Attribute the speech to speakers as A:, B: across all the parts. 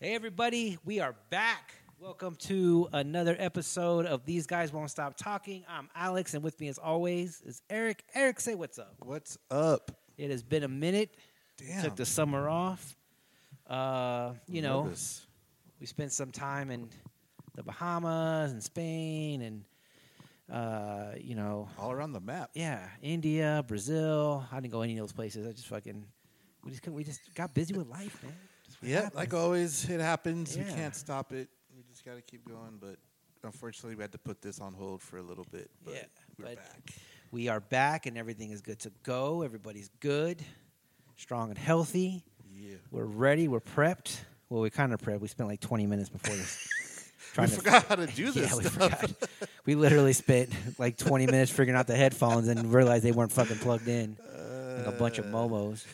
A: Hey, everybody, we are back. Welcome to another episode of These Guys Won't Stop Talking. I'm Alex, and with me, as always, is Eric. Eric, say what's up.
B: What's up?
A: It has been a minute.
B: Damn.
A: Took the summer off. Uh, you
B: I'm
A: know,
B: nervous.
A: we spent some time in the Bahamas and Spain, and uh, you know,
B: all around the map.
A: yeah, India, Brazil. I didn't go any of those places. I just fucking we just couldn't- we just got busy with life, man. That's what
B: Yeah,
A: happens.
B: like always, it happens.
A: Yeah.
B: We can't stop it. We just got to keep going. But unfortunately, we had to put this on hold for a little bit. But
A: Yeah,
B: we're
A: but-
B: back.
A: we are back, and everything is good to go. Everybody's good, strong and healthy.
B: Yeah.
A: We're ready. We're prepped. Well, we kind of prepped. We spent like 20 minutes before this.
B: We
A: trying to-
B: forgot how to do this
A: yeah, we
B: stuff.
A: forgot. We literally spent like 20 minutes figuring out the headphones and realized they weren't fucking plugged in. Like a bunch of
B: Uh,
A: momos.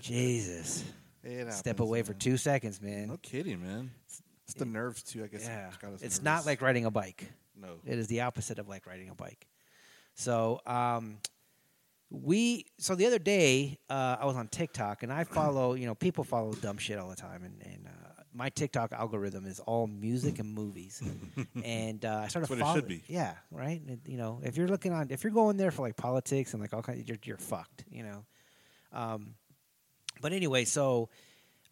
A: Jesus.
B: it
A: Step
B: happens,
A: away for
B: man.
A: two seconds, man.
B: No kidding, man. It's, it's the nerves too. I guess.
A: Yeah.
B: It's, got us
A: It's not
B: nervous.
A: like riding a bike.
B: no.
A: It is the opposite of like riding a bike. So um, we so the other day uh, I was on TikTok and I follow you know people follow dumb shit all the time and, and uh, my TikTok algorithm is all music and movies and uh, I started
B: That's what it
A: follow-
B: should be.
A: yeah right And, you know if you're looking on if you're going there for like politics and like all kinds you're, you're fucked you know um, but anyway so.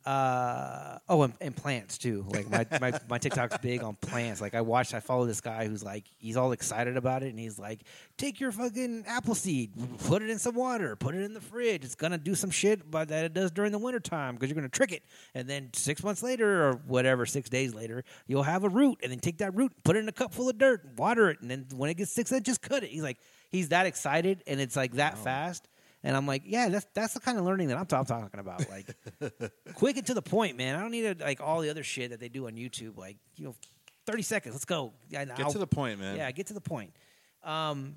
A: Uh, oh, and, and plants too. Like my, my, my TikTok's big on plants. Like I watched, I follow this guy who's like, he's all excited about it. And he's like, take your fucking apple seed, put it in some water, put it in the fridge. It's going to do some shit but that it does during the wintertime because you're going to trick it. And then six months later or whatever, six days later, you'll have a root and then take that root, put it in a cup full of dirt, water it. And then when it gets six inches, cut it. He's like, he's that excited. And it's like
B: Oh.
A: that fast. And I'm like, yeah, that's that's the kind of learning that I'm ta- talking about. Like, quick and to the point, man. I don't need to, like all the other shit that they do on YouTube. Like, you know, thirty seconds. Let's go. Yeah, and
B: Get
A: I'll-
B: to the point, man.
A: yeah, get to the point. Um,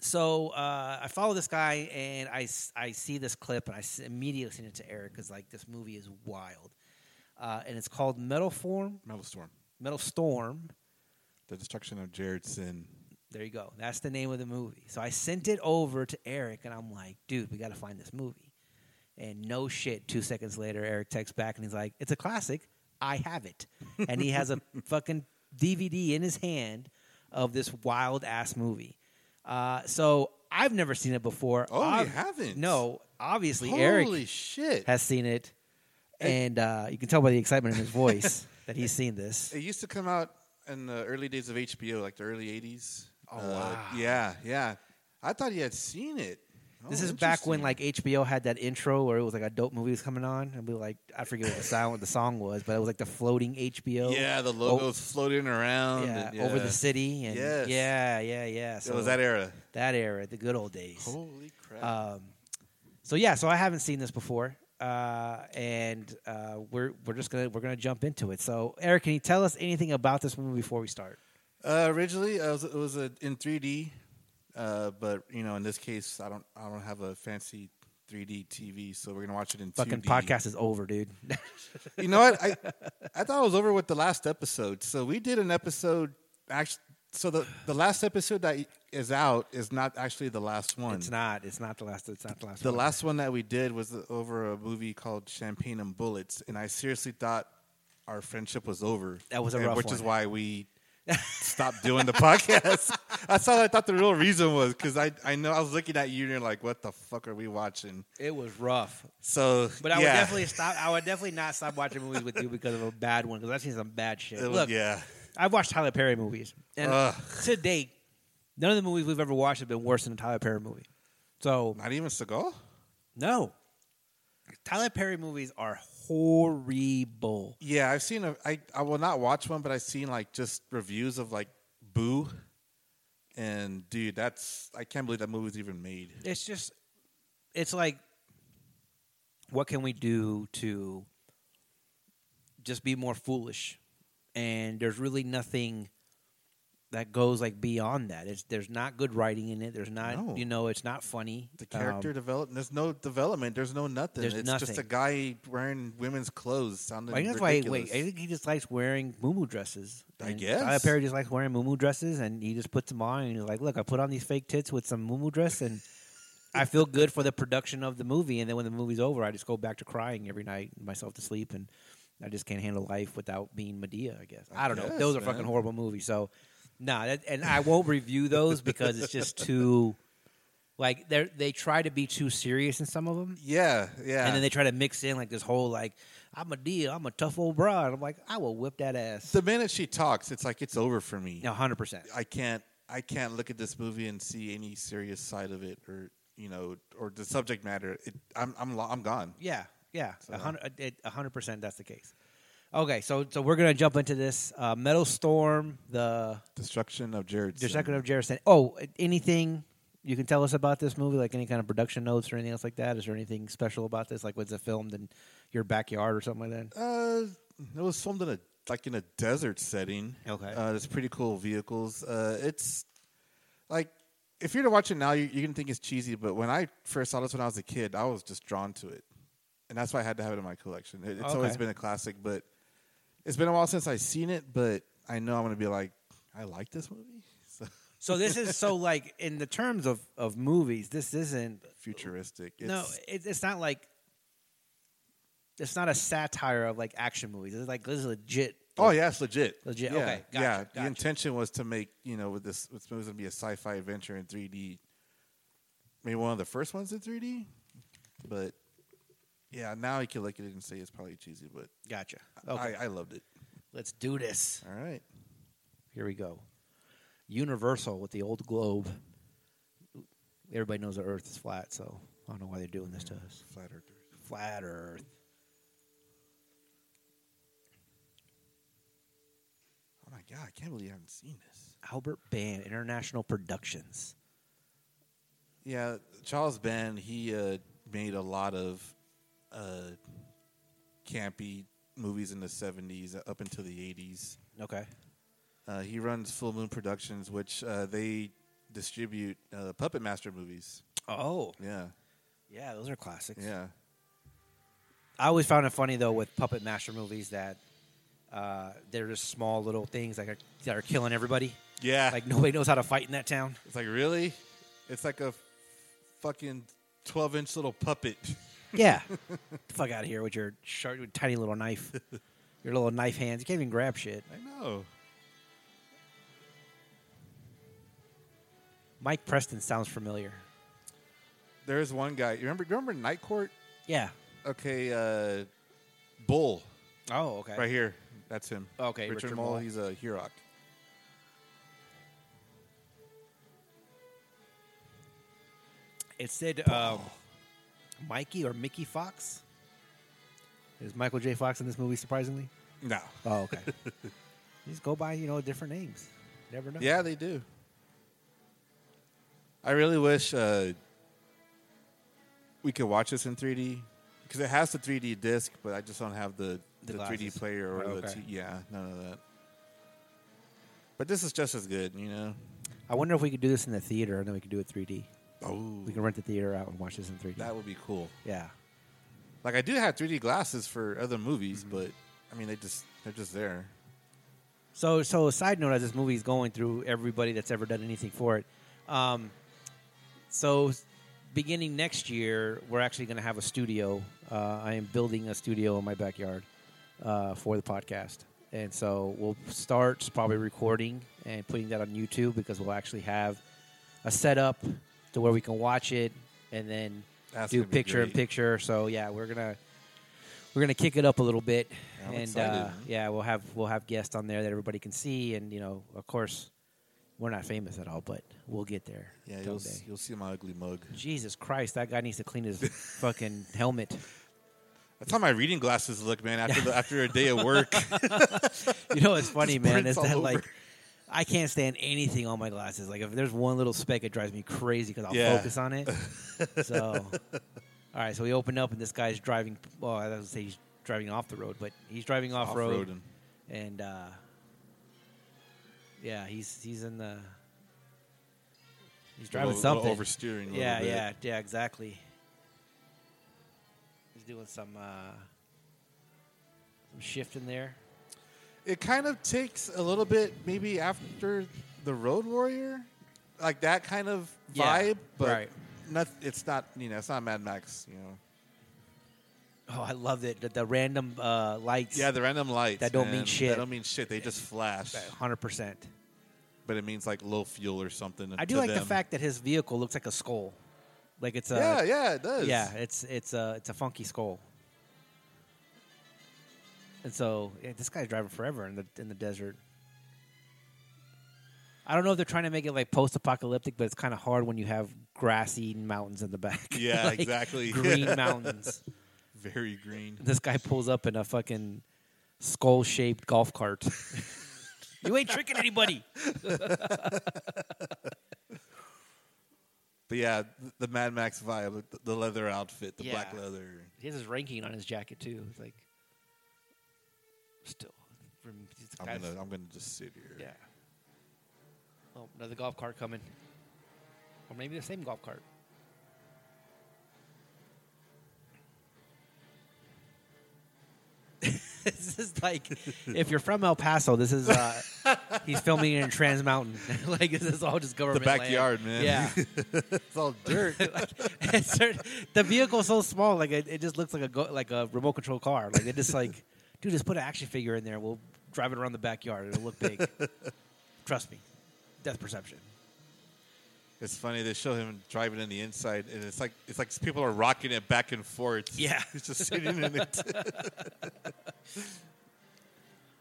A: so uh, I follow this guy and I, s- I see this clip and I s- immediately send it to Eric because like this movie is wild, uh, and it's called Metal Form,
B: Metal Storm.
A: Metal Storm.
B: The destruction of Jared Sin.
A: There you go. That's the name of the movie. So I sent it over to Eric, and I'm like, dude, we got to find this movie. And no shit, two seconds later, Eric texts back and he's like, it's a classic. I have it. And he has a fucking DVD in his hand of this wild ass movie. Uh, so I've never seen it before.
B: Oh, you
A: Ob-
B: haven't?
A: No, obviously,
B: Holy
A: Eric
B: shit!
A: has seen it. And uh, you can tell by the excitement in his voice that he's seen this.
B: It used to come out in the early days of HBO, like the early '80s.
A: Oh, wow.
B: Yeah, yeah. I thought he had seen it. Oh,
A: This is back when
B: interesting.
A: like HBO had that intro where it was like a dope movie was coming on, and we were like I forget what the sound what the song was, but it was like the floating HBO.
B: yeah, the logos floating around.
A: yeah,
B: and-
A: over
B: yeah.
A: the city, and
B: Yes.
A: yeah, yeah, yeah. So
B: it was that era. Uh,
A: that era, the good old days.
B: Holy crap!
A: Um, so yeah, so I haven't seen this before, uh, and uh, we're we're just gonna we're gonna jump into it. So Eric, can you tell us anything about this movie before we start?
B: Uh, originally, uh, it was, it was a, in 3D, uh, but you know, in this case, I don't, I don't have a fancy 3D TV, so we're gonna watch it in
A: Fucking
B: 2D.
A: podcast is over, dude.
B: You know what? I, I thought it was over with the last episode. So we did an episode. Actually, so the the last episode that is out is not actually the last one.
A: it's not. It's not the last. It's not the last.
B: The
A: one.
B: last one that we did was over a movie called Champagne and Bullets, and I seriously thought our friendship was over.
A: That was a
B: and
A: rough
B: which
A: one.
B: is why we stopped doing the podcast. That's all I thought the real reason was because I, I know I was looking at you and you're like, what the fuck are we watching?
A: It was rough.
B: So,
A: But I would
B: yeah.
A: definitely stop. I would definitely not stop watching movies with you because of a bad one. Because I've seen some bad shit.
B: It was-
A: Look,
B: yeah,
A: I've watched Tyler Perry movies, and
B: Ugh.
A: to date, none of the movies we've ever watched have been worse than a Tyler Perry movie. So
B: not even Seagal.
A: no, Tyler Perry movies are horrible.
B: Yeah, I've seen. A, I I will not watch one, but I've seen like just reviews of like Boo, and dude, that's I can't believe that movie was even made.
A: It's just, it's like, what can we do to just be more foolish? And there's really nothing that goes like beyond that. It's there's not good writing in it. There's not
B: No.
A: you know it's not funny.
B: The
A: Um,
B: character development. There's no development. There's no nothing.
A: There's
B: it's just a
A: nothing.
B: guy wearing women's clothes. Sounding
A: I think that's why. Wait,
B: ridiculous.
A: I think he just likes wearing muumuu dresses.
B: I
A: And
B: guess.
A: Tyler Perry just likes wearing muumuu dresses, and he just puts them on, and he's like, "Look, I put on these fake tits with some muumuu dress, and I feel good for the production of the movie. And then when the movie's over, I just go back to crying every night myself to sleep, and I just can't handle life without being Medea. I guess
B: I
A: I don't know.
B: guess,
A: Those are
B: man.
A: fucking horrible movies. So, nah, that, and I won't review those because it's just too, like they they try to be too serious in some of them,
B: Yeah, yeah.
A: and then they try to mix in like this whole like I'm a deal, I'm a tough old bra, and I'm like I will whip that ass.
B: the minute she talks, it's like it's over for me.
A: No, hundred percent.
B: I can't I can't look at this movie and see any serious side of it or you know or the subject matter. It, I'm I'm lo- I'm gone.
A: Yeah, yeah,
B: So-
A: a hundred uh, it- a hundred percent. That's the case. Okay, so so we're gonna jump into this uh, Metal Storm, the
B: Destruction of Jared.
A: Destruction of Jerison. Oh, anything you can tell us about this movie? Like any kind of production notes or anything else like that? Is there anything special about this? Like was it filmed in your backyard or something like that?
B: Uh, it was filmed in a like in a desert setting.
A: Okay.
B: uh, there's pretty cool vehicles. Uh, it's like if you're to watch it now, you, you're gonna think it's cheesy. But when I first saw this when I was a kid, I was just drawn to it, and that's why I had to have it in my collection. It, it's always
A: Okay.
B: been a classic, but it's been a while since I've seen it. But I know I'm gonna be like, I like this movie. So
A: So this is so like in the terms of of movies, this isn't
B: futuristic. It's,
A: Uh, no, it, it's not like it's not a satire of like action movies. It's like this is legit.
B: Oh yeah, it's legit.
A: Legit,
B: Yeah.
A: okay, gotcha,
B: yeah. The
A: gotcha.
B: intention was to make you know with this this movie was gonna be a sci-fi adventure in 3D. Maybe one of the first ones in 3D, but yeah, now you can look at it and say it's probably cheesy, but
A: Gotcha. Okay,
B: I, I loved it.
A: let's do this.
B: All right,
A: Here we go. Universal with the old globe. Everybody knows the Earth is flat, so I don't know why they're doing this to us.
B: flat earthers.
A: Flat Earth.
B: Oh my god, I can't believe I haven't seen this.
A: Albert Band International Productions.
B: Yeah, Charles Band he uh, made a lot of uh, campy movies in the 70s uh, up into the 80s.
A: Okay.
B: Uh, he runs Full Moon Productions, which uh, they distribute uh, Puppet Master movies.
A: Oh,
B: Yeah,
A: yeah, those are classics.
B: yeah,
A: I always found it funny though with puppet master movies that uh, they're just small little things like are, that are killing everybody.
B: yeah.
A: Like nobody knows how to fight in that town.
B: it's like really, it's like a fucking twelve-inch little puppet.
A: Yeah. the fuck out of here with your sharp, with tiny little knife. Your little knife hands. You can't even grab shit.
B: I know.
A: Mike Preston sounds familiar.
B: There's one guy. You remember? You remember Night Court?
A: Yeah.
B: Okay, uh, Bull
A: Oh, okay.
B: right here. That's him.
A: Okay,
B: Richard,
A: Richard
B: Mole.
A: Mole.
B: He's a E Hurock.
A: It said um, Mikey or Mickey Fox. Is Michael J. Fox in this movie? Surprisingly.
B: No.
A: Oh, okay. just go by you know different names. Never know.
B: Yeah, they do. I really wish uh, we could watch this in 3D because it has the 3D disc, but I just don't have the,
A: The
B: the, 3D
A: glasses.
B: player or
A: Oh,
B: the
A: okay.
B: t- yeah, none of that. But this is just as good, you know.
A: I wonder if we could do this in the theater and then we could do it 3D.
B: Oh,
A: We can rent the theater out and watch this in 3D.
B: that would be cool.
A: yeah.
B: Like I do have 3D glasses for other movies,
A: Mm-hmm.
B: but I mean they just they're just there.
A: So, so a side note as this movie is going through everybody that's ever done anything for it. Um, so, s- beginning next year, we're actually going to have a studio. Uh, I am building a studio in my backyard uh, for the podcast, and so we'll start probably recording and putting that on YouTube because we'll actually have a setup to where we can watch it and then
B: That's
A: do
B: gonna be
A: picture in
B: great.
A: picture. So, yeah, we're gonna we're gonna kick it up a little bit,
B: I'm
A: and
B: excited,
A: uh,
B: man.
A: yeah, we'll have we'll have guests on there that everybody can see, and you know, of course, we're not famous at all, but we'll get there.
B: Yeah,
A: someday.
B: you'll s- you'll see my ugly mug.
A: Jesus Christ, that guy needs to clean his fucking helmet.
B: That's how my reading glasses look, man. After the, after a day of work.
A: You know, it's funny, man.
B: prints
A: Is that
B: all
A: like
B: over.
A: I can't stand anything on my glasses. Like if there's one little speck, it drives me crazy because I'll
B: Yeah.
A: focus on it. so, all right, so we open up and this guy's driving. Well, I was gonna say he's driving off the road, but he's driving off road.
B: Off-roading.
A: and uh, yeah, he's he's in the he's driving
B: Little-
A: something.
B: little oversteering. a little
A: yeah,
B: bit.
A: yeah, yeah, exactly. He's doing some uh, some shift in there.
B: It kind of takes a little bit, maybe after the Road Warrior, like that kind of
A: Yeah,
B: vibe. but
A: right.
B: noth- it's not, you know, it's not Mad Max. You know,
A: Oh, I loved it. The, the random uh, lights.
B: Yeah, the random lights.
A: That don't mean
B: man.
A: shit.
B: That don't mean shit. They just flash,
A: hundred percent.
B: but it means like low fuel or something.
A: I do
B: to
A: like the
B: them.
A: fact that his vehicle looks like a skull, like it's a
B: yeah, yeah, it does.
A: yeah, it's it's a it's a funky skull. And so yeah, this guy's driving forever in the in the desert. I don't know if they're trying to make it like post-apocalyptic, but it's kind of hard when you have grassy mountains in the back.
B: Yeah,
A: Like,
B: exactly.
A: Green mountains.
B: very green.
A: This guy pulls up in a fucking skull-shaped golf cart. you ain't tricking anybody.
B: But yeah, th- the Mad Max vibe, like, the- the leather outfit, the black
A: Yeah.
B: leather.
A: He has his ranking on his jacket too. It's like still. rem- these
B: I'm
A: guys-
B: gonna, I'm gonna just sit here.
A: Yeah. Oh, another golf cart coming. Or maybe the same golf cart. this is like, if you're from El Paso, this is, uh, he's filming it in Trans Mountain. like, this is all just
B: The
A: government land.
B: backyard, man.
A: Yeah.
B: it's all dirt.
A: Like, it's certain- the vehicle's so small, like it, it just looks like a go, like a remote control car. Like they just like, dude, just put an action figure in there. We'll drive it around the backyard. It'll look big. Trust me, death perception.
B: It's funny they show him driving in the inside, and it's like it's like people are rocking it back and forth.
A: Yeah.
B: he's just sitting in it.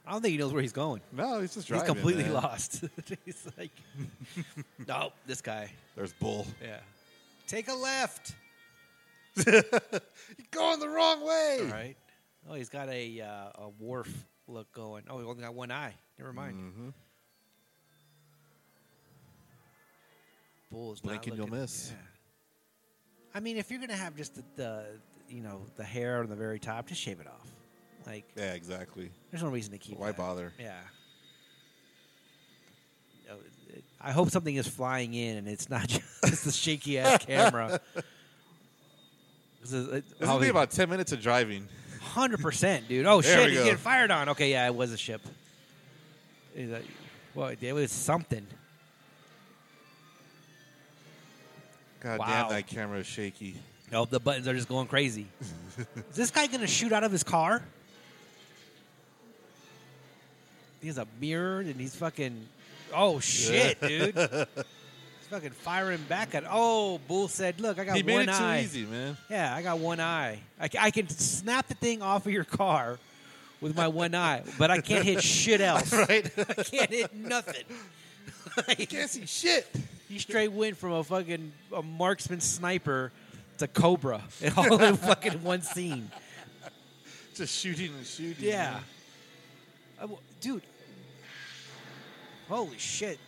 A: I don't think he knows where he's going.
B: No, he's just driving.
A: he's completely
B: man.
A: lost. he's like, no, this guy.
B: There's bull.
A: Yeah, take a left.
B: You're going the wrong way.
A: All right. Oh, he's got a uh, a wharf look going. Oh, he only got one eye. Never mind.
B: Mhm.
A: Bull is
B: Blink
A: not
B: and you'll
A: looking-
B: miss.
A: yeah. I mean, if you're gonna have just the, the you know the hair on the very top, just shave it off. Like,
B: Yeah, exactly.
A: there's no reason to keep.
B: Why
A: that.
B: bother?
A: Yeah. Oh, it- I hope something is flying in and it's not just the shaky ass camera. This is- it-
B: It's only about ten minutes of driving.
A: Hundred percent, dude. Oh
B: There
A: shit,
B: we
A: he's
B: go.
A: getting fired on. Okay, yeah, it was a ship. He's like, well, it was something.
B: God
A: Wow.
B: damn, that camera is shaky.
A: Oh, the buttons are just going crazy. is this guy gonna shoot out of his car? He has a mirror and he's fucking. Oh shit, dude! He's fucking firing back at. Oh, Bull said, "Look, I got
B: he
A: one
B: made it
A: eye.
B: too easy, man.
A: Yeah, I got one eye. I, ca- I can snap the thing off of your car with my one eye, but I can't hit shit else.
B: Right?
A: I can't hit nothing. Like,
B: Can't see shit.
A: he straight went from a fucking a marksman sniper to Cobra, and all in fucking one scene.
B: Just shooting and shooting.
A: Yeah,
B: man.
A: I w- dude. Holy shit!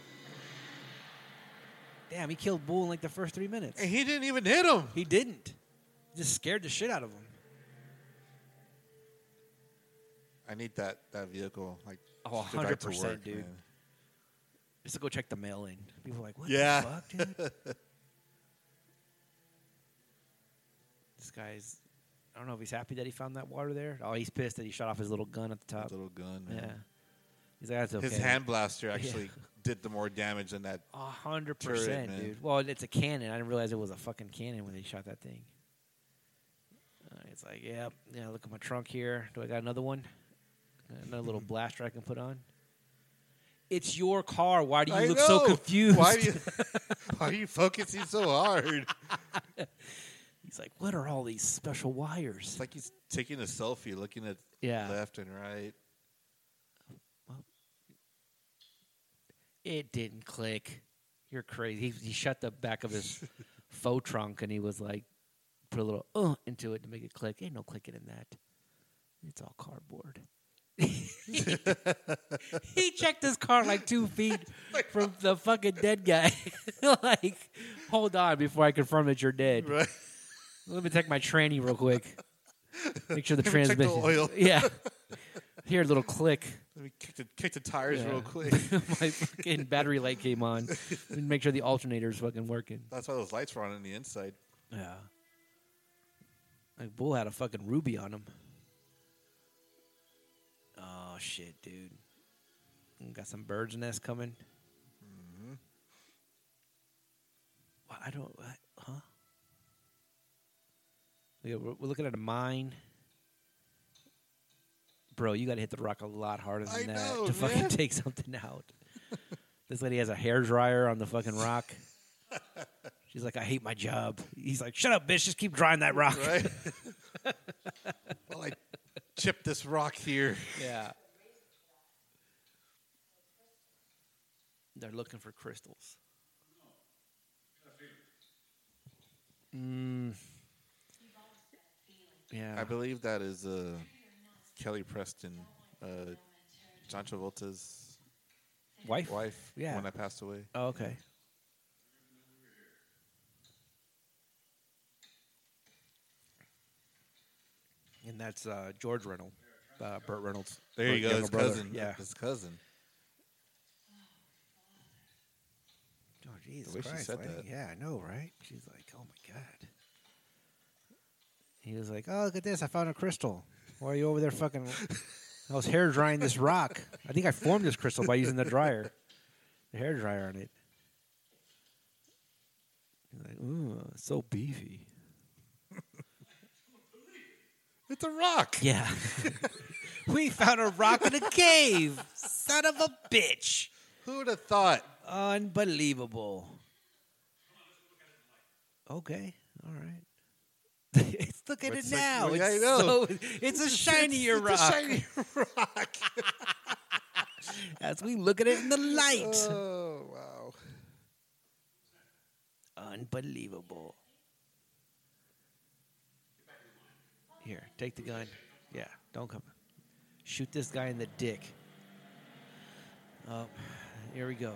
A: Damn, he killed Bull in like the first three minutes.
B: And he didn't even hit him.
A: He didn't. Just scared the shit out of him.
B: I need that that vehicle. Like
A: Oh,
B: to drive to
A: 100%,
B: work,
A: dude.
B: man.
A: Just to go check the mail in. People are like, what
B: Yeah.
A: the fuck, dude? this guy's, I don't know if he's happy that he found that water there. Oh, he's pissed that he shot off his little gun at the top.
B: Little gun. man.
A: yeah. He's like, that's okay.
B: His hand blaster actually did the more damage than that.
A: A hundred
B: turret,
A: percent,
B: man.
A: dude. Well, it's a cannon. I didn't realize it was a fucking cannon when they shot that thing. Uh, it's like, yep, yeah, look at my trunk here. Do I got another one? Got Another little blaster I can put on? It's your car. Why do you
B: I
A: look so
B: know.
A: confused?
B: Why do you, why are you focusing so hard?
A: He's like, what are all these special wires?
B: It's like he's taking a selfie, looking at
A: Yeah.
B: left and right.
A: it didn't click. You're crazy. He, he shut the back of his faux trunk and he was like, put a little uh into it to make it click. Ain't no clicking in that. It's all cardboard. he checked his car like two feet from the fucking dead guy. like, hold on before I confirm that you're dead.
B: Right.
A: Let me check my tranny real quick. Make sure the
B: Let me check the
A: transmission.
B: oil.
A: Yeah. Here, little click.
B: Let me kick the, kick the tires
A: Yeah.
B: real quick.
A: my fucking battery light came on. And make sure the alternator's fucking working.
B: That's why those lights were on in the inside.
A: Yeah. Like Bull had a fucking ruby on him. Oh shit, dude. Mm, Got some bird's nest coming.
B: Mm-hmm.
A: Well, I don't. I, huh? Yeah, we're, we're looking at a mine. bro, you got to hit the rock a lot harder than
B: I
A: that
B: know,
A: to fucking
B: man.
A: take something out. this lady has a hair dryer on the fucking rock. She's like, I hate my job. He's like, shut up, bitch. Just keep drying that rock.
B: right? well, I chipped this rock here.
A: Yeah. They're looking for crystals. Mm.
B: I
A: Yeah.
B: believe that is uh, Kelly Preston, uh, John Travolta's
A: Wife?
B: wife,
A: Yeah.
B: when I passed away.
A: Oh, okay. And that's uh, George Reynolds, uh, Burt Reynolds.
B: There you
A: Burt
B: go,
A: younger
B: his
A: brother.
B: cousin.
A: Yeah.
B: his cousin.
A: Oh, Jesus
B: way she
A: Christ,
B: said
A: lady.
B: that.
A: Yeah, I know, right? She's like, oh my God. He was like, oh, look at this. I found a crystal. Why are you over there fucking. I was hair drying this rock. I think I formed this crystal by using the dryer, the hair dryer on it. He's like, ooh, it's so beefy.
B: It's a rock.
A: Yeah. we found a rock in a cave. Son of a bitch.
B: Who would have thought?
A: Unbelievable. Okay. All right. it's, look at
B: It's
A: it
B: like-
A: now.
B: yeah, I
A: it's,
B: know.
A: so- it's a shinier
B: It's a
A: rock
B: shiny rock.
A: as we look at it in the light.
B: oh wow!
A: Unbelievable. Here, take the gun. Yeah, don't come. Shoot this guy in the dick. Oh, here we go.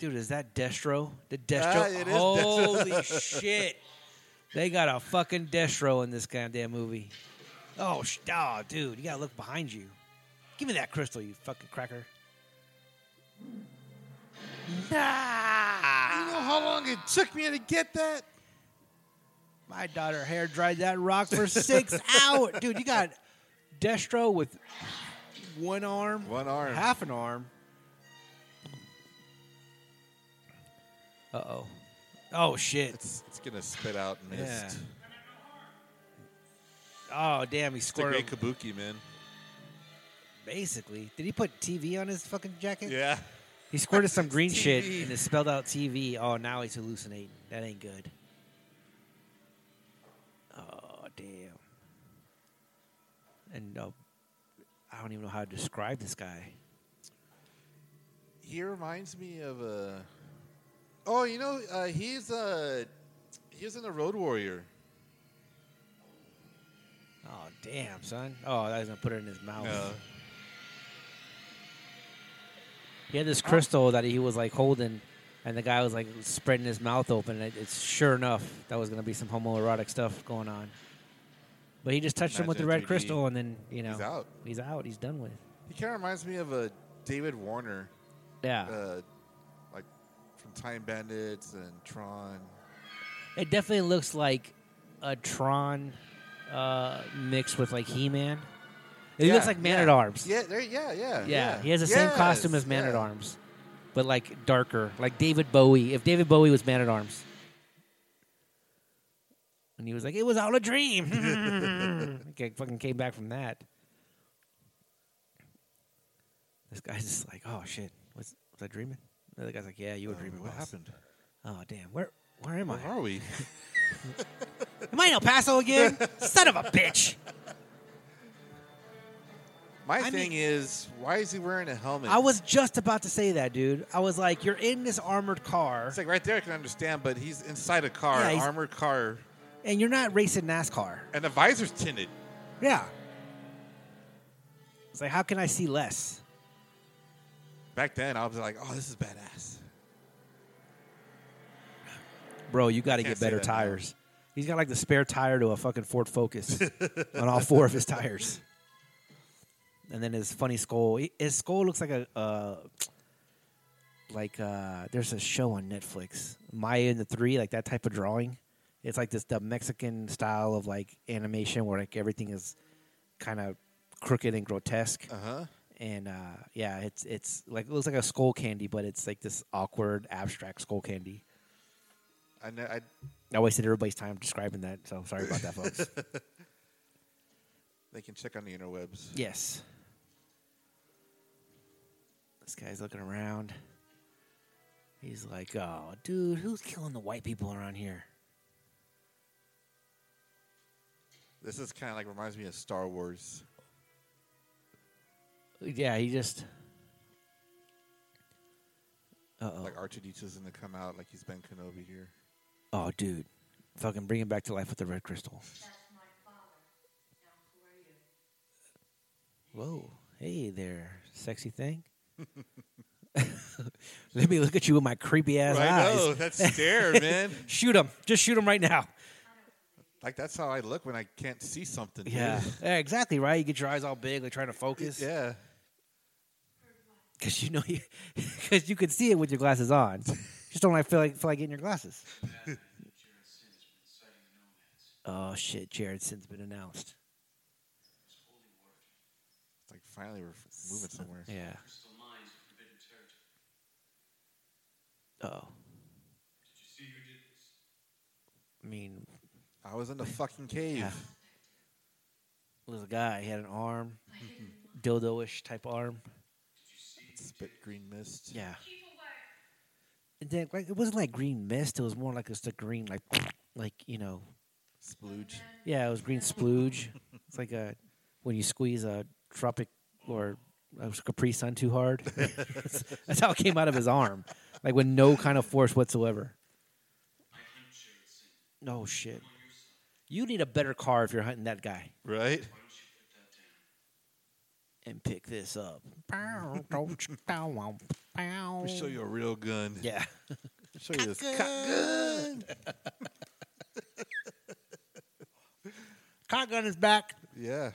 A: Dude, is that Destro? The
B: Ah,
A: Destro?
B: it is
A: Holy shit. They got a fucking Destro in this goddamn movie. Oh, sh- oh, dude, you gotta look behind you. Give me that crystal, you fucking cracker. Ah!
B: You know how long it took me to get that?
A: My daughter hair dried that rock for six hours. Dude, you got Destro with one arm,
B: One arm.
A: half an arm. Uh oh. Oh, shit.
B: It's it's gonna spit out mist.
A: Yeah.
B: It's
A: Oh, damn, he
B: the
A: squirted.
B: great kabuki, man.
A: Basically, did he put TV on his fucking jacket?
B: Yeah.
A: He squirted some green shit
B: TV.
A: and it spelled out TV. Oh, now he's hallucinating. That ain't good. Oh, damn. And uh, I don't even know how to describe this guy.
B: He reminds me of a. Oh, you know, uh, he's uh, he was in the Road Warrior.
A: Oh, damn, son. Oh, I was going to put it in his mouth.
B: No.
A: He had this crystal that he was like holding, and the guy was like spreading his mouth open. And it, it's sure enough that was going to be some homoerotic stuff going on. But he just touched him with the
B: Imagine
A: red
B: 3D.
A: crystal, and then, you know,
B: He's out.
A: He's out. He's done with.
B: He kind of reminds me of a David Warner,
A: Yeah.
B: uh, like from Time Bandits and Tron.
A: It definitely looks like a Tron uh, mixed with like He Man. It
B: Yeah,
A: looks like Man at
B: yeah.
A: Arms.
B: Yeah, there, yeah, yeah, yeah,
A: he has the same
B: Yes,
A: costume as Man
B: yeah.
A: at Arms, but like darker, like David Bowie. If David Bowie was Man at Arms, and he was like, "It was all a dream," okay, fucking came back from that. This guy's just like, "Oh shit, was was I dreaming?" The other guy's like, "Yeah, you were
B: Uh,
A: dreaming."
B: What
A: boss."
B: happened?
A: Oh damn, where where am
B: Where
A: I?
B: are we?
A: Am I in El Paso again? Son of a bitch!
B: My
A: I
B: thing
A: mean-
B: is, why is he wearing a helmet?
A: I was just about to say that, dude. I was like, you're in this armored car,
B: It's like right there, I can understand, but he's inside a car,
A: Yeah, he's-
B: armored car,
A: and you're not racing NASCAR.
B: and the visor's tinted.
A: Yeah. It's like, how can I see less?
B: Back then, I was like, "Oh, this is badass."
A: Bro, you got to
B: Can't
A: get
B: say
A: better
B: that now.
A: tires. He's got like the spare tire to a fucking Ford Focus on all four of his tires. And then his funny skull. He- His skull looks like a uh, like uh, there's a show on Netflix, Maya and the Three, like that type of drawing. It's like this the Mexican style of like animation where like everything is kind of crooked and grotesque.
B: Uh huh.
A: and uh, yeah, it's it's like it looks like a skull candy, but it's like this awkward, abstract skull candy.
B: I know. I
A: I wasted everybody's time describing that, so sorry about that, folks.
B: they can check on the interwebs.
A: Yes. This guy's looking around. He's like, oh, dude, who's killing the white people around here?
B: This is kind of like reminds me of Star Wars.
A: Yeah, he just. Uh oh.
B: Like R two D two is gonna come out like he's Ben Kenobi here.
A: Oh, dude. Fucking bring him back to life with the red crystal.
C: That's my father. Now, who are you?
A: Whoa. Hey there, sexy thing. Let me look at you with my creepy ass
B: I know
A: eyes.
B: Oh, that stare, man.
A: Shoot him. Just shoot him right now.
B: Like that's how I look when I can't see something. dude.
A: Yeah. yeah exactly, right? You get your eyes all big, like trying to focus.
B: yeah.
A: because you know you because you can see it with your glasses on. Just don't like feel like feel like getting your glasses. oh shit! Jared Sin's been announced.
B: It's like finally we're moving somewhere.
A: Yeah. Oh. I mean,
B: I was in the fucking cave.
A: Yeah. little guy. He had an arm, dildo-ish type arm.
B: Spit green mist.
A: Yeah. And then, like, it wasn't like green mist. It was more like just a green, like, like you know,
B: Splooge.
A: Yeah, it was green splooge. it's like a when you squeeze a tropic or a Capri Sun too hard. That's how it came out of his arm, like with no kind of force whatsoever. No shit. You need a better car if you're hunting that guy.
B: Right?
A: And pick this up.
B: Let me show you a real gun.
A: Yeah.
B: Show you this cock gun.
A: Cock gun is back.
B: Yeah.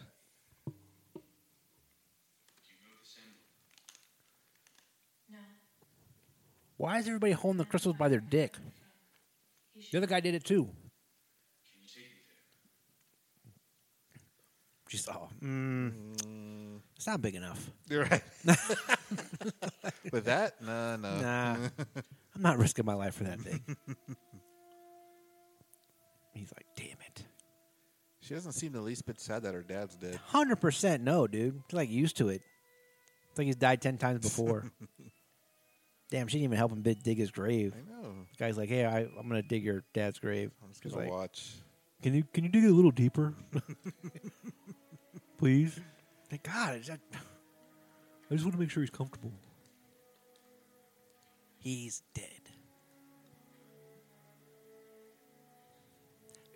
C: No,
A: Why is everybody holding the crystals by their dick? The other guy did it too. Just oh, mm,
B: Mm,
A: it's not big enough.
B: you're right. With that, no, no.
A: Nah, I'm not risking my life for that thing. He's like, damn it,
B: She doesn't seem the least bit sad that her dad's dead.
A: hundred percent no, dude. He's like used to it. It's like he's died ten times before. damn, she didn't even help him bid, dig his grave.
B: I know.
A: guy's like, hey, I, I'm gonna dig your dad's grave.
B: I'm just
A: He's
B: gonna
A: like,
B: watch.
A: Can you can you dig it a little deeper, please? Thank God. I just want to make sure he's comfortable. He's dead.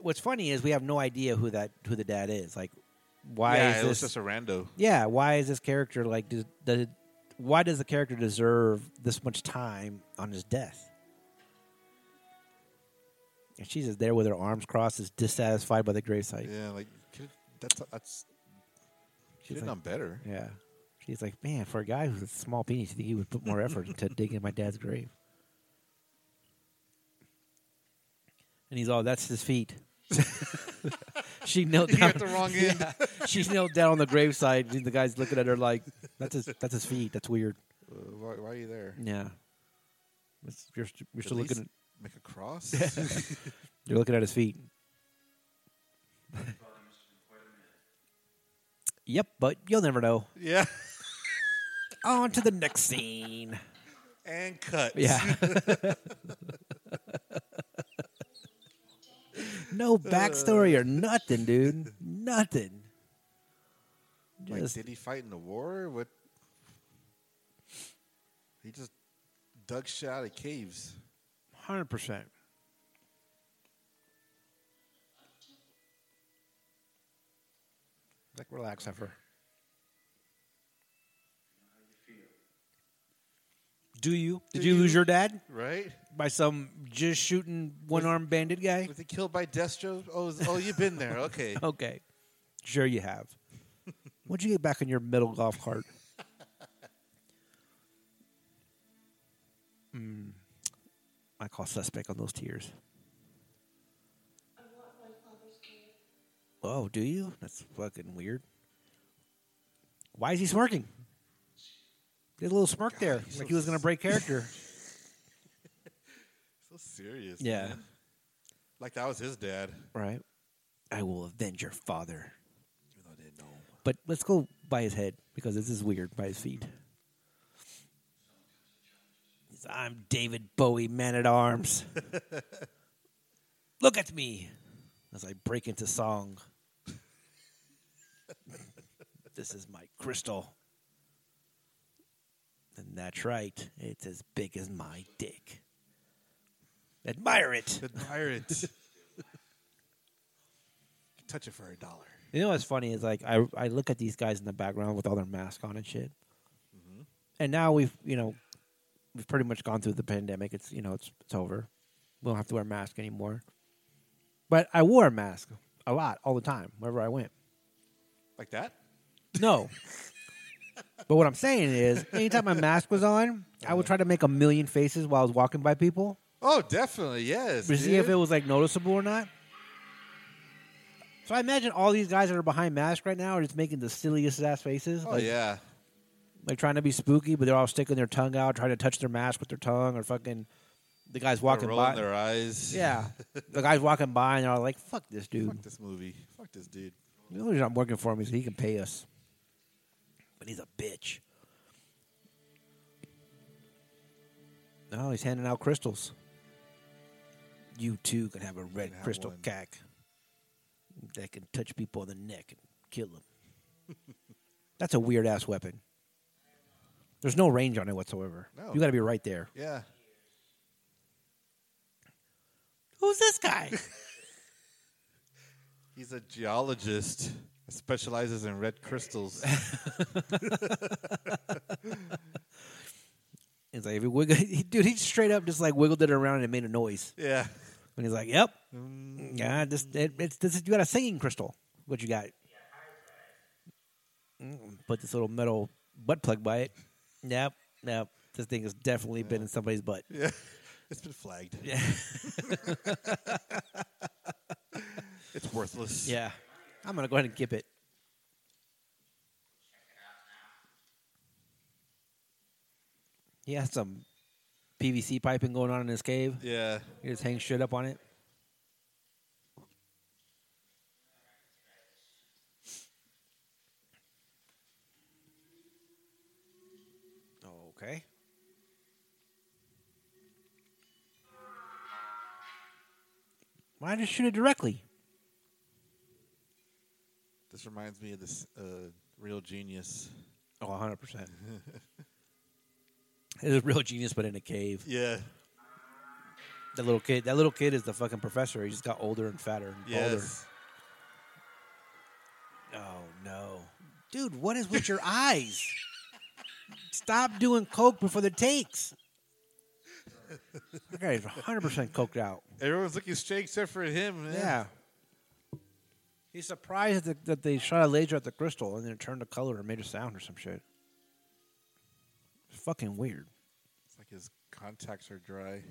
A: What's funny is we have no idea who that who the dad is. Like, why
B: yeah,
A: is
B: it was
A: this?
B: just a rando.
A: yeah, why is this character like? Does, does it, why does the character deserve this much time on his death? And she's just there with her arms crossed, is dissatisfied by the gravesite.
B: Yeah, like could, that's that's.
A: She's
B: She's
A: like-
B: done better.
A: Yeah. She's like, man, for a guy with a small penis, you think he would put more effort into digging my dad's grave? And he's all, that's his feet. she knelt
B: You
A: down.
B: got the wrong end.
A: she knelt down on the graveside. and The guy's looking at her like, that's his, that's his feet. That's weird.
B: Uh, why, why are you there?
A: Yeah. It's- You're, st- you're
B: At
A: still looking
B: least
A: at,
B: make a cross.
A: you're looking at his feet. yep, but you'll never know.
B: yeah,
A: On to the next scene.
B: and cut.
A: Yeah. no backstory or nothing, dude. Nothing.
B: Like,
A: Just,
B: did he fight in the war? What? He just dug shit out of caves.
A: hundred percent. Like relax, heifer. Do you? Did
B: Do
A: you,
B: you?
A: lose your dad
B: Right?
A: by some just shooting one armed bandit guy?
B: Was he killed by Destro? Oh, is- oh, you've been there. Okay.
A: Okay, sure you have. What'd you get back on your metal golf cart? Mm, I call suspect on those tears.
C: I want my father's grave.
A: Oh, do you? That's fucking weird. Why is he smirking? Did a little smirk there,
B: he's
A: like
B: so
A: he was going to break character.
B: So serious.
A: Yeah.
B: man. Like that was his dad.
A: right. I will avenge your father.
B: Even though I didn't know. him.
A: But let's go by his head because this is weird by his feet. He says, I'm David Bowie, man at arms. Look at me as I break into song. this is my crystal. And that's right, it's as big as my dick. Admire it.
B: Admire it. Touch it for a dollar.
A: You know what's funny is like I I look at these guys in the background with all their masks on and shit, and now we've you know we've pretty much gone through the pandemic. It's you know it's it's over. We don't have to wear a mask anymore. But I wore a mask a lot all the time wherever I went.
B: Like that?
A: No. but what I'm saying is, anytime my mask was on, I would try to make a million faces while I was walking by people
B: Oh, definitely. Yes.
A: to see if
B: dude.
A: it was like noticeable or not. So I imagine all these guys that are behind masks right now are just making the silliest ass faces.
B: Oh
A: like,
B: yeah.
A: like trying to be spooky, but they're all sticking their tongue out, trying to touch their mask with their tongue, or fucking the guy's walking
B: They're rolling
A: by.
B: their eyes.
A: yeah, the guy's walking by, and they're all like, "Fuck this dude!
B: Fuck this movie. Fuck this dude.
A: The only reason I'm working for him is he can pay us, but he's a bitch." No, Oh, he's handing out crystals. You too can have a red
B: can have
A: crystal
B: one.
A: cack that can touch people on the neck and kill them. That's a weird ass weapon. There's no range on it whatsoever.
B: No.
A: You got to be right there.
B: Yeah.
A: Who's this guy?
B: He's a geologist. Specializes in red crystals.
A: It's like if he wiggled, dude, he straight up just like wiggled it around and made a noise.
B: yeah.
A: And he's like, "Yep, yeah, this it, it's this is, you got a singing crystal. What you got? Mm, Put this little metal butt plug by it. Yep, yep. This thing has definitely been in somebody's butt.
B: Yeah. It's been flagged.
A: Yeah,
B: It's worthless.
A: yeah. I'm gonna go ahead and keep it. He has some PVC piping going on in his cave.
B: Yeah.
A: You just hang shit up on it. Okay. Why just shoot it directly?
B: This reminds me of this uh, real genius.
A: Oh, 100%. it was real genius, but in a cave.
B: Yeah.
A: That little kid, that little kid is the fucking professor. He just got older and fatter and older.
B: Yes.
A: Oh no, dude, what is with your eyes? Stop doing coke before the takes. That guy is 100 percent coked out.
B: Everyone's looking straight except for him. Man.
A: he's surprised that, that they shot a laser at the crystal and then it turned a color and made a sound or some shit. It's fucking weird.
B: It's like his contacts are dry.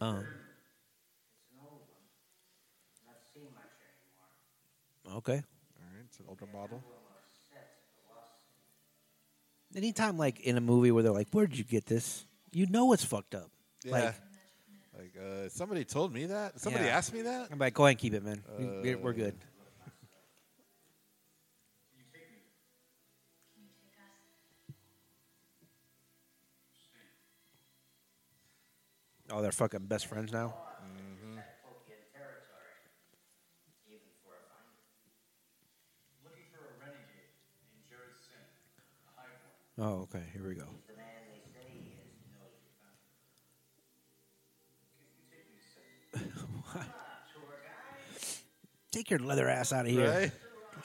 A: Um. Okay.
B: All right. It's an older model.
A: Anytime, like in a movie where they're like, "Where'd you get this?" You know it's fucked up.
B: Yeah.
A: Like,
B: Like uh, somebody told me that. Somebody
A: Yeah.
B: asked me that.
A: I'm like, go ahead and keep it, man. We- we're- we're good. Oh, they're fucking best friends now. Oh, okay. Here we go. Take your leather ass out of here.
B: Right.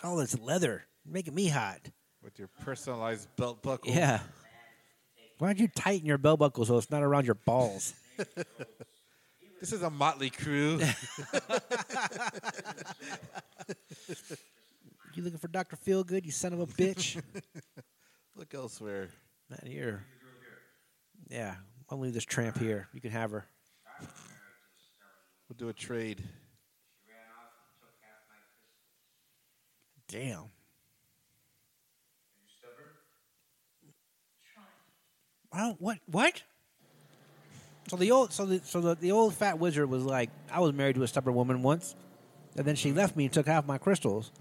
A: All this leather making me hot.
B: With your personalized belt buckle.
A: Yeah. Why don't you tighten your belt buckle so it's not around your balls?
B: This is a motley crew.
A: you looking for Dr. Feelgood, you son of a bitch?
B: Look elsewhere.
A: not here. Yeah. I'll leave this tramp here. You can have her.
B: We'll do a trade.
A: Damn. Wow, what? What? So the old, so the so the, the old fat wizard was like, I was married to a stubborn woman once, And then she
B: Mm-hmm.
A: left me and took half my crystals.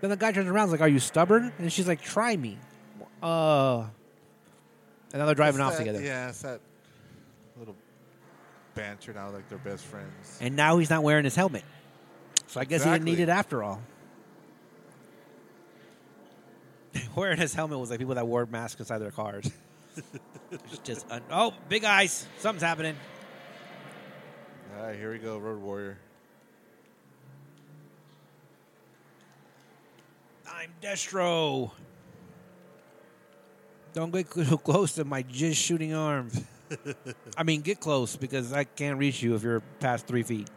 A: Then the guy turns around, and is like, "Are you stubborn?" And she's like, "Try me." Uh. And now they're driving
B: It's
A: off
B: that-
A: together.
B: Yeah, it's that little banter now, like they're best friends.
A: And now he's not wearing his helmet. So I guess he didn't need
B: Exactly.
A: it after all. wearing his helmet was like people that wore masks inside their cars. It's just un- oh, big eyes. Something's happening.
B: All right, here we go, Road Warrior.
A: I'm Destro. Don't get too close to my jizz shooting arm. I mean, get close because I can't reach you if you're past three feet.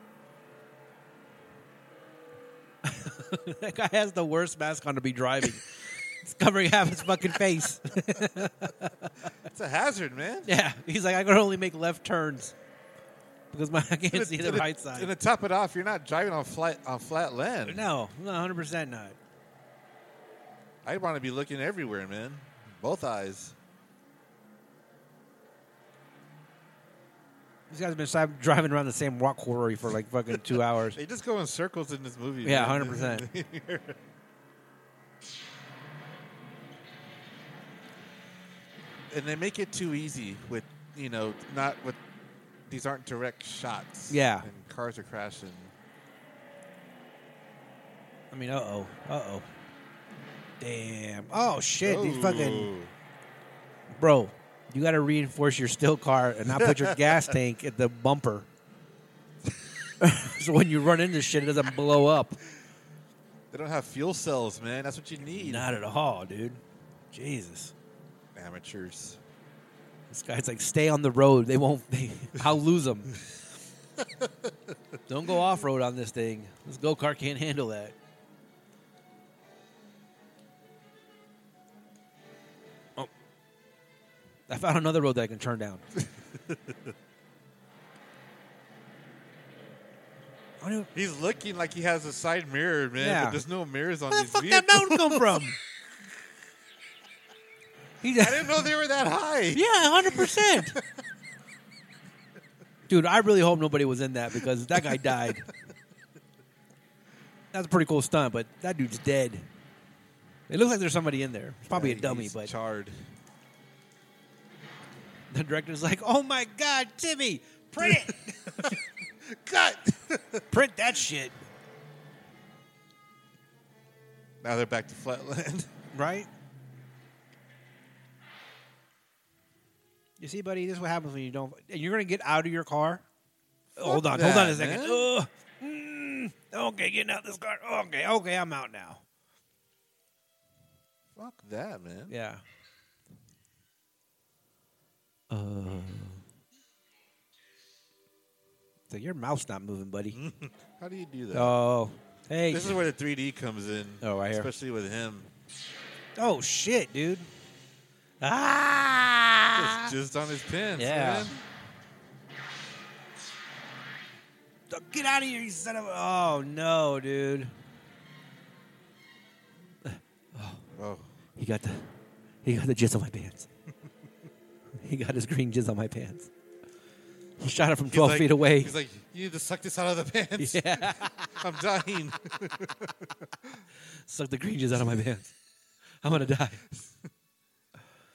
A: that guy has the worst mask on to be driving. it's covering half his fucking face.
B: It's a hazard, man.
A: yeah, he's like, I can only make left turns because my I can't
B: And
A: see
B: it-
A: the
B: and it-
A: right side.
B: And to top it off, you're not driving on flat on flat land.
A: no, no, 100 percent not.
B: I want to be looking everywhere, man. Both eyes.
A: These guys have been si- driving around the same rock quarry for like fucking two hours.
B: They just go in circles in this movie.
A: Yeah,
B: man.
A: 100%.
B: and they make it too easy with you know not with these aren't direct shots.
A: Yeah.
B: and cars are crashing.
A: I mean, uh oh, uh oh, damn, oh shit, these fucking
B: Ooh.
A: bro, you got to reinforce your still car and not put your gas tank at the bumper, so when you run into shit, it doesn't blow up.
B: They don't have fuel cells, man. That's what you need.
A: Not at all, dude. Jesus,
B: Amateurs.
A: this guy's like, stay on the road. They won't. They, I'll lose them. Don't go off road on this thing. This go kart can't handle that. Oh, I found another road that I can turn down. I don't-
B: He's looking like he has a side mirror, man.
A: Yeah.
B: But there's no mirrors on
A: Where the
B: these
A: fuck
B: vehicles.
A: that mountain come from? He just-
B: I didn't know they were that high.
A: Yeah, hundred percent. Dude, I really hope nobody was in that because that guy died. That's a pretty cool stunt, but that dude's dead. It looks like there's somebody in there. It's probably
B: Yeah,
A: a dummy,
B: he's
A: but
B: charred.
A: the director's like, "Oh my god, Timmy, print it,
B: Cut.
A: print that shit."
B: now they're back to flatland.
A: Right? You see, buddy, this is what happens when you don't. And you're going to get out of your car. hold on, hold on a
B: that,
A: second.
B: man.
A: Ugh. Mm. okay, getting out this car. Okay, okay, I'm out now.
B: Fuck that, man.
A: Yeah.
B: Uh.
A: So your mouth's not moving, buddy.
B: How do you do that?
A: Oh, hey.
B: Mm. This is where the 3D comes in.
A: Oh, right here.
B: Especially with him.
A: Oh shit, dude. Ah.
B: Just jizzed on his pants,
A: Yeah.
B: man.
A: Get out of here, you son of a. Oh, no, dude.
B: Oh,
A: He got the he got the jizz on my pants. he got his green jizz on my pants. He shot it from
B: He's
A: twelve
B: like-
A: feet away.
B: He's like, you need to suck this out of the pants.
A: yeah,
B: I'm dying.
A: suck the green jizz out of my pants. I'm gonna die.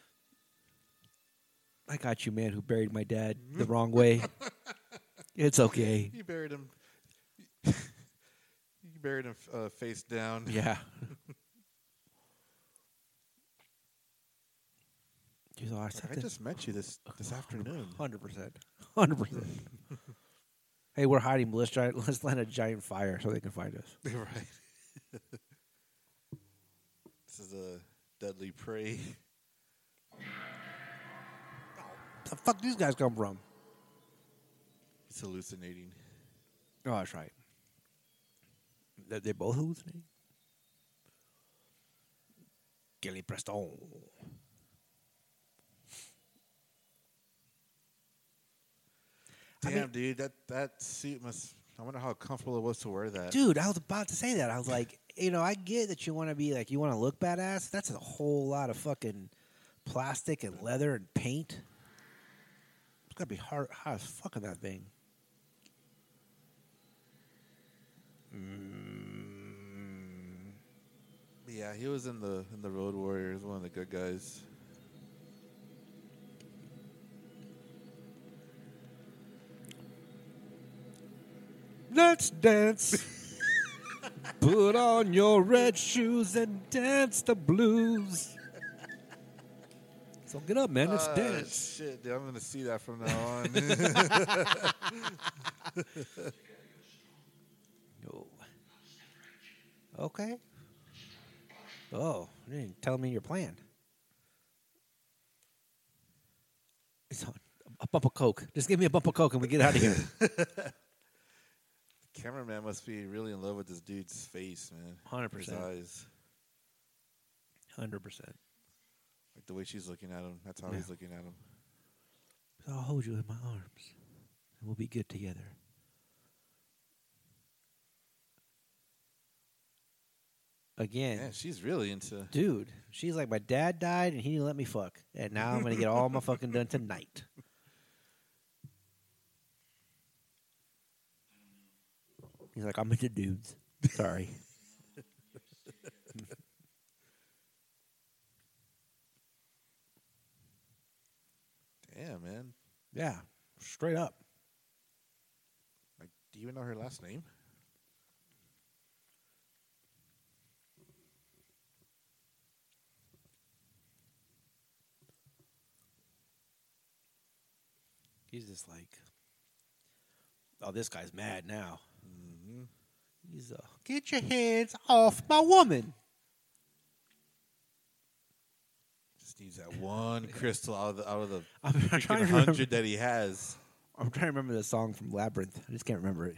A: I got you, man. Who buried my dad the wrong way? It's okay.
B: you buried him. you buried him uh, face down.
A: Yeah. You know, I
B: I just met you this this afternoon.
A: Hundred percent. Hundred percent. Hey, we're hiding. but Let's try, let's land a giant fire so they can find us.
B: right. this is a Dudley Prey.
A: The fuck these guys come from?
B: He's hallucinating.
A: Oh, that's right. They're, they're both hallucinating. Gilly Preston. I
B: Damn,
A: mean-
B: dude, that that suit must. I wonder how comfortable it was to wear that.
A: Dude, I was about to say that. I was like, you know, I get that you want to be like, you want to look badass. That's a whole lot of fucking plastic and leather and paint. It's got to be hard, hot as fuck in that thing. Mm.
B: Yeah, he was in the in the Road Warriors, one of the good guys.
A: Let's dance. Put on your red shoes and dance the blues. So get up, man. Let's
B: Ah,
A: dance.
B: Shit, dude, I'm gonna see that from now on.
A: No. Okay. Oh, you didn't tell me your plan. It's on. A bump of coke. Just give me a bump of coke and we get out of here.
B: Cameraman must be really in love with this dude's face, man.
A: 100%.
B: His eyes,
A: Hundred percent.
B: like the way she's looking at him. That's how
A: Yeah.
B: he's looking at him.
A: I'll hold you in my arms, and we'll be good together. Again,
B: Yeah, she's really into.
A: dude, she's like, my dad died and he didn't let me fuck, and now I'm gonna get all my fucking done tonight. He's like, I'm into dudes. Sorry.
B: Damn, man.
A: yeah, straight up.
B: Like, do you even know her last name?
A: He's just like, oh, this guy's mad now.
B: Mm-hmm.
A: He's uh, get your hands off my woman.
B: Just needs that one crystal out of the out of the
A: I'm trying to
B: freaking
A: remember.
B: hundred that he has.
A: I'm trying to remember the song from Labyrinth. I just can't remember it.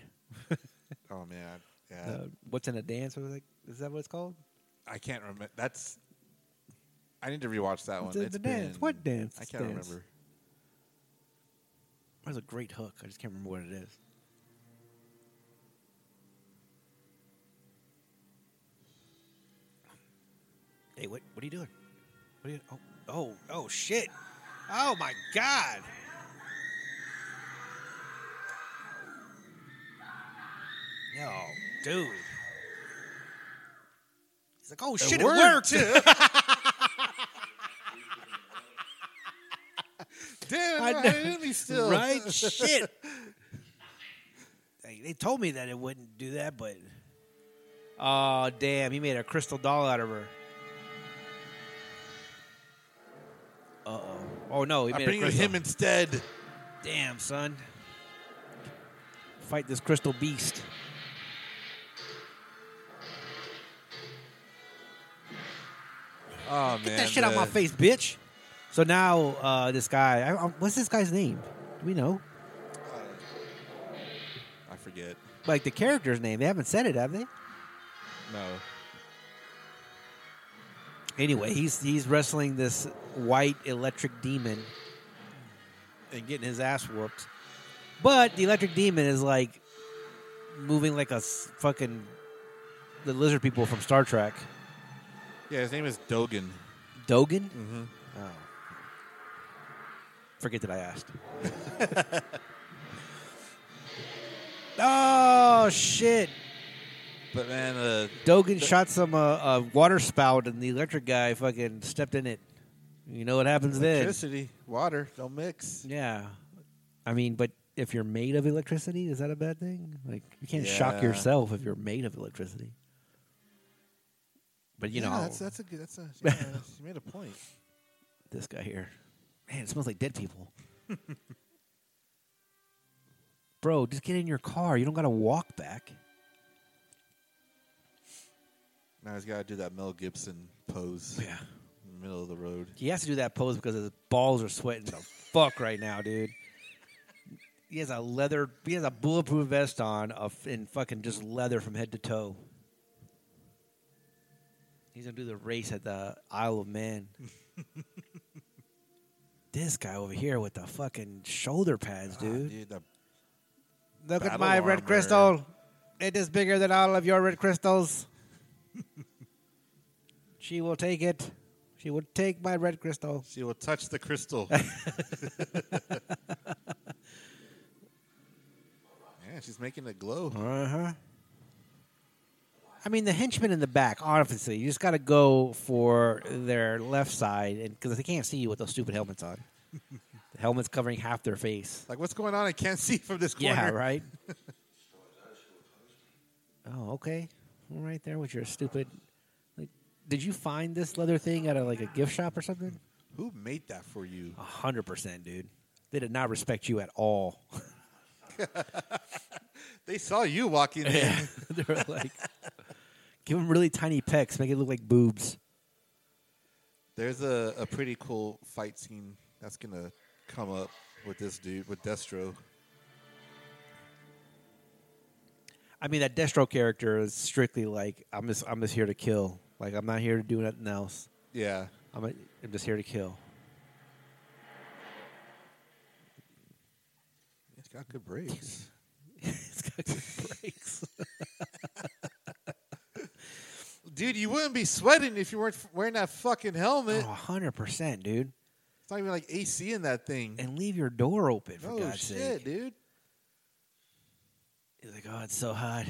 B: Oh man, yeah.
A: Uh, what's in a dance? Or like, is that what it's called?
B: I can't remember. That's. I need to rewatch that one.
A: The-
B: It's
A: the dance.
B: been-
A: What dance?
B: I can't
A: Dance.
B: remember.
A: That was a great hook. I just can't remember what it is. Hey, what what are you doing? What are you? Oh, oh, oh, shit! Oh my god! No, dude. He's like, oh shit, it worked.
B: Damn,
A: I
B: I
A: know.
B: enemy still.
A: Right? Shit. Like, they told me that it wouldn't do that, but. Oh, damn. He made a crystal doll out of her. Uh oh. Oh, no. He
B: I'm
A: made a
B: bringing
A: crystal.
B: him instead.
A: Damn, son. Fight this crystal beast.
B: Oh man,
A: Get that shit out
B: the-
A: my face, bitch. So now, uh, this guy. I, I, what's this guy's name? Do we know?
B: I forget.
A: Like the character's name. They haven't said it, have they?
B: No.
A: Anyway, he's he's wrestling this white electric demon and getting his ass whooped. But the electric demon is like moving like a s- fucking the lizard people from Star Trek.
B: Yeah, his name is Dogan.
A: Dogan?
B: Mm-hmm.
A: Oh. Forget that I asked. oh shit!
B: But man, uh,
A: Dogan shot some uh, uh, water spout, and the electric guy fucking stepped in it. You know what happens then?
B: electricity, water, don't mix.
A: Yeah. I mean, but if you're made of electricity, is that a bad thing? Like, you can't shock
B: Yeah.
A: yourself if you're made of electricity. But, you
B: Yeah,
A: know,
B: that's that's a good. That's a. Yeah, you made a point.
A: this guy here. Man, it smells like dead people. Bro, just get in your car. You don't got to walk back.
B: Now he's got to do that Mel Gibson pose
A: Yeah.
B: in the middle of the road.
A: He has to do that pose because his balls are sweating the fuck right now, dude. He has a leather, he has a bulletproof vest on of, and fucking just leather from head to toe. He's gonna do the race at the Isle of Man. this guy over here with the fucking shoulder pads,
B: Ah,
A: dude.
B: dude that-
A: Look at
B: Battle
A: my
B: armor.
A: red crystal. It is bigger than all of your red crystals. she will take it. She will take my red crystal.
B: she will touch the crystal. yeah, she's making it glow.
A: Uh-huh. Uh huh. I mean, the henchmen in the back, obviously, you just got to go for their left side because they can't see you with those stupid helmets on. the helmet's covering half their face.
B: Like, what's going on? I can't see from this corner.
A: Yeah, right? oh, okay. All right there with your stupid. Like, did you find this leather thing at a, like a gift shop or something?
B: Who made that for you?
A: A hundred percent, dude. They did not respect you at all.
B: They saw you walking in.
A: they were like, give them really tiny pecs, make it look like boobs.
B: There's a, a pretty cool fight scene that's gonna come up with this dude with Destro.
A: I mean, that Destro character is strictly like, I'm just, I'm just here to kill. Like, I'm not here to do nothing else.
B: Yeah,
A: I'm, a, I'm just here to kill.
B: it's got good brakes.
A: it's got good brakes.
B: Dude, you wouldn't be sweating if you weren't f- wearing that fucking helmet.
A: Oh, 100%, dude.
B: It's not even like AC in that thing.
A: And leave your door open, for
B: oh
A: God's
B: shit,
A: sake.
B: dude!
A: He's like, oh, it's so hot.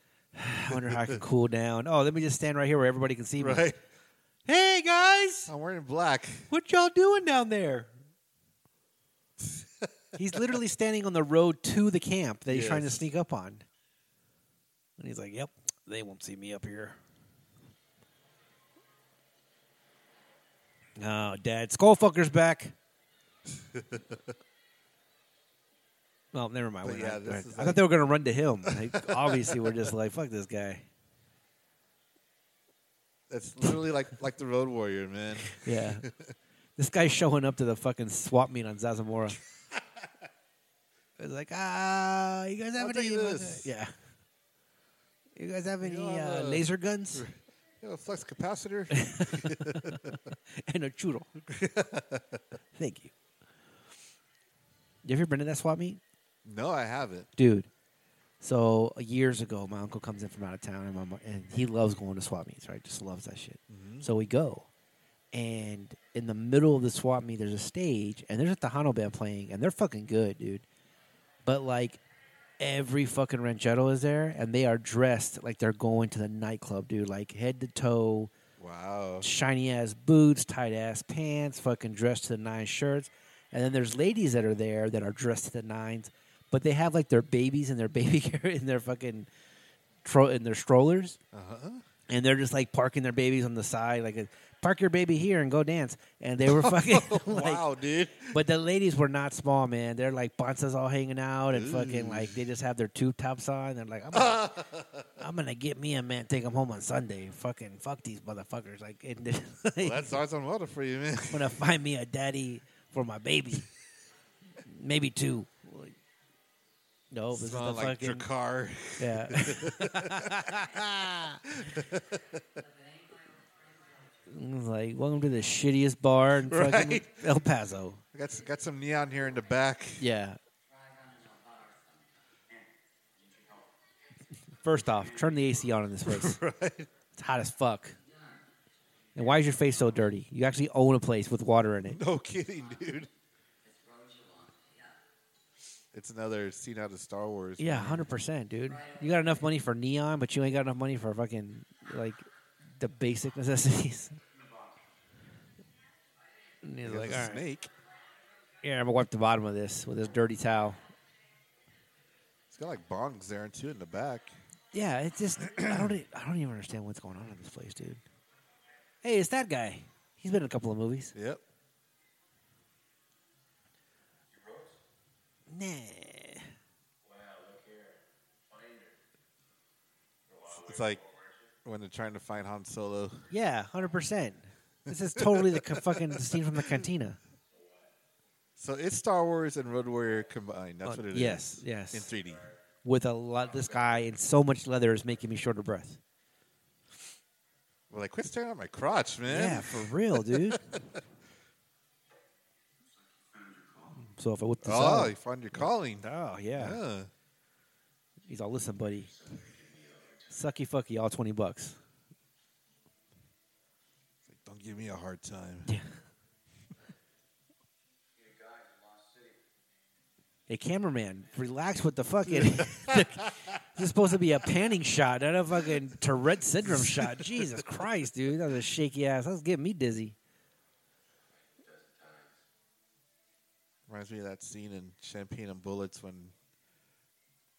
A: I wonder how I can cool down. Oh, let me just stand right here where everybody can see me.
B: Right?
A: Hey, guys.
B: I'm wearing black.
A: What y'all doing down there? he's literally standing on the road to the camp that he's trying to
B: Yes.
A: sneak up on. And he's like, "Yep, they won't see me up here." Oh, Dad, Skullfucker's back. well, never mind.
B: But
A: We're
B: yeah,
A: not-
B: this
A: I
B: is
A: thought
B: like-
A: they were going to run to him. Like, obviously, we're just like, "Fuck this guy."
B: That's literally like like the Road Warrior, man.
A: Yeah. this guy's showing up to the fucking swap meet on Zazamora. it's like, ah, you guys have
B: I'll
A: any?
B: take this.
A: Yeah. You guys have any
B: You all
A: uh,
B: have a-
A: laser guns
B: You have a flux capacitor.
A: and a churro? Thank you. You ever been to that swap meet?
B: no, I haven't.
A: dude. So years ago, my uncle comes in from out of town, and my mo- and he loves going to swap meets, right? Just loves that shit. So we go, and in the middle of the swap meet, there's a stage, and there's a Tejano band playing, and they're fucking good, dude. But like, every fucking ranchero is there, and they are dressed like they're going to the nightclub, dude. Like head to toe,
B: Wow.
A: shiny ass boots, tight ass pants, fucking dressed to the nines shirts. And then there's ladies that are there that are dressed to the nines, but they have like their babies and their baby car- in their fucking tro- in their strollers,
B: Uh huh.
A: and they're just like parking their babies on the side, like park your baby here and go dance. And they were fucking like,
B: wow, dude.
A: but the ladies were not small, man. They're like bonzas all hanging out and fucking
B: Ooh.
A: like they just have their tube tops on. They're like, I'm gonna, I'm gonna get me a man, take him home on Sunday. Fucking fuck these motherfuckers. Like, and they-
B: Well, that's arts on water for you, man.
A: I'm gonna find me a daddy for my baby, maybe two. Like, No, this is the
B: Smelling like
A: fucking
B: Drakkar.
A: yeah. It's like, welcome to the shittiest bar in fucking
B: Right.
A: El Paso.
B: I got s- got some neon here in the back.
A: Yeah. First off, turn the AC on in this place. It's hot as fuck. And why is your face so dirty? You actually own a place with water in it.
B: No kidding, dude. It's another scene out of Star Wars.
A: Yeah, hundred percent, dude. You got enough money for neon, but you ain't got enough money for fucking like the basic necessities. And he's
B: There's
A: like,
B: a
A: all right,
B: snake.
A: yeah, I'm gonna wipe the bottom of this with this dirty towel.
B: It's got like bongs there and two in the back.
A: Yeah, it's just I don't e- I don't even understand what's going on in this place, dude. Hey, it's that guy. He's been in a couple of movies.
B: Yep.
A: Nah.
B: It's like when they're trying to find Han Solo.
A: Yeah, hundred percent. This is totally the ca- fucking scene from the cantina.
B: So it's Star Wars and Road Warrior combined. That's
A: Oh,
B: what it is.
A: yes, yes.
B: In 3D.
A: With a lot, this guy in so much leather is making me short of breath.
B: We're like, quit staring at my crotch,
A: Yeah,
B: man.
A: for real, dude. so if I whip this
B: oh, you
A: out,
B: found your calling.
A: oh yeah.
B: Huh.
A: he's all, "Listen, buddy, sucky fucky, all twenty bucks."
B: It's like, don't give me a hard time.
A: Yeah. a cameraman, relax with the fucking. this is supposed to be a panning shot, not a fucking Tourette syndrome shot. Jesus Christ, dude, that was a shaky ass. That was getting me dizzy.
B: Reminds me of that scene in Champagne and Bullets when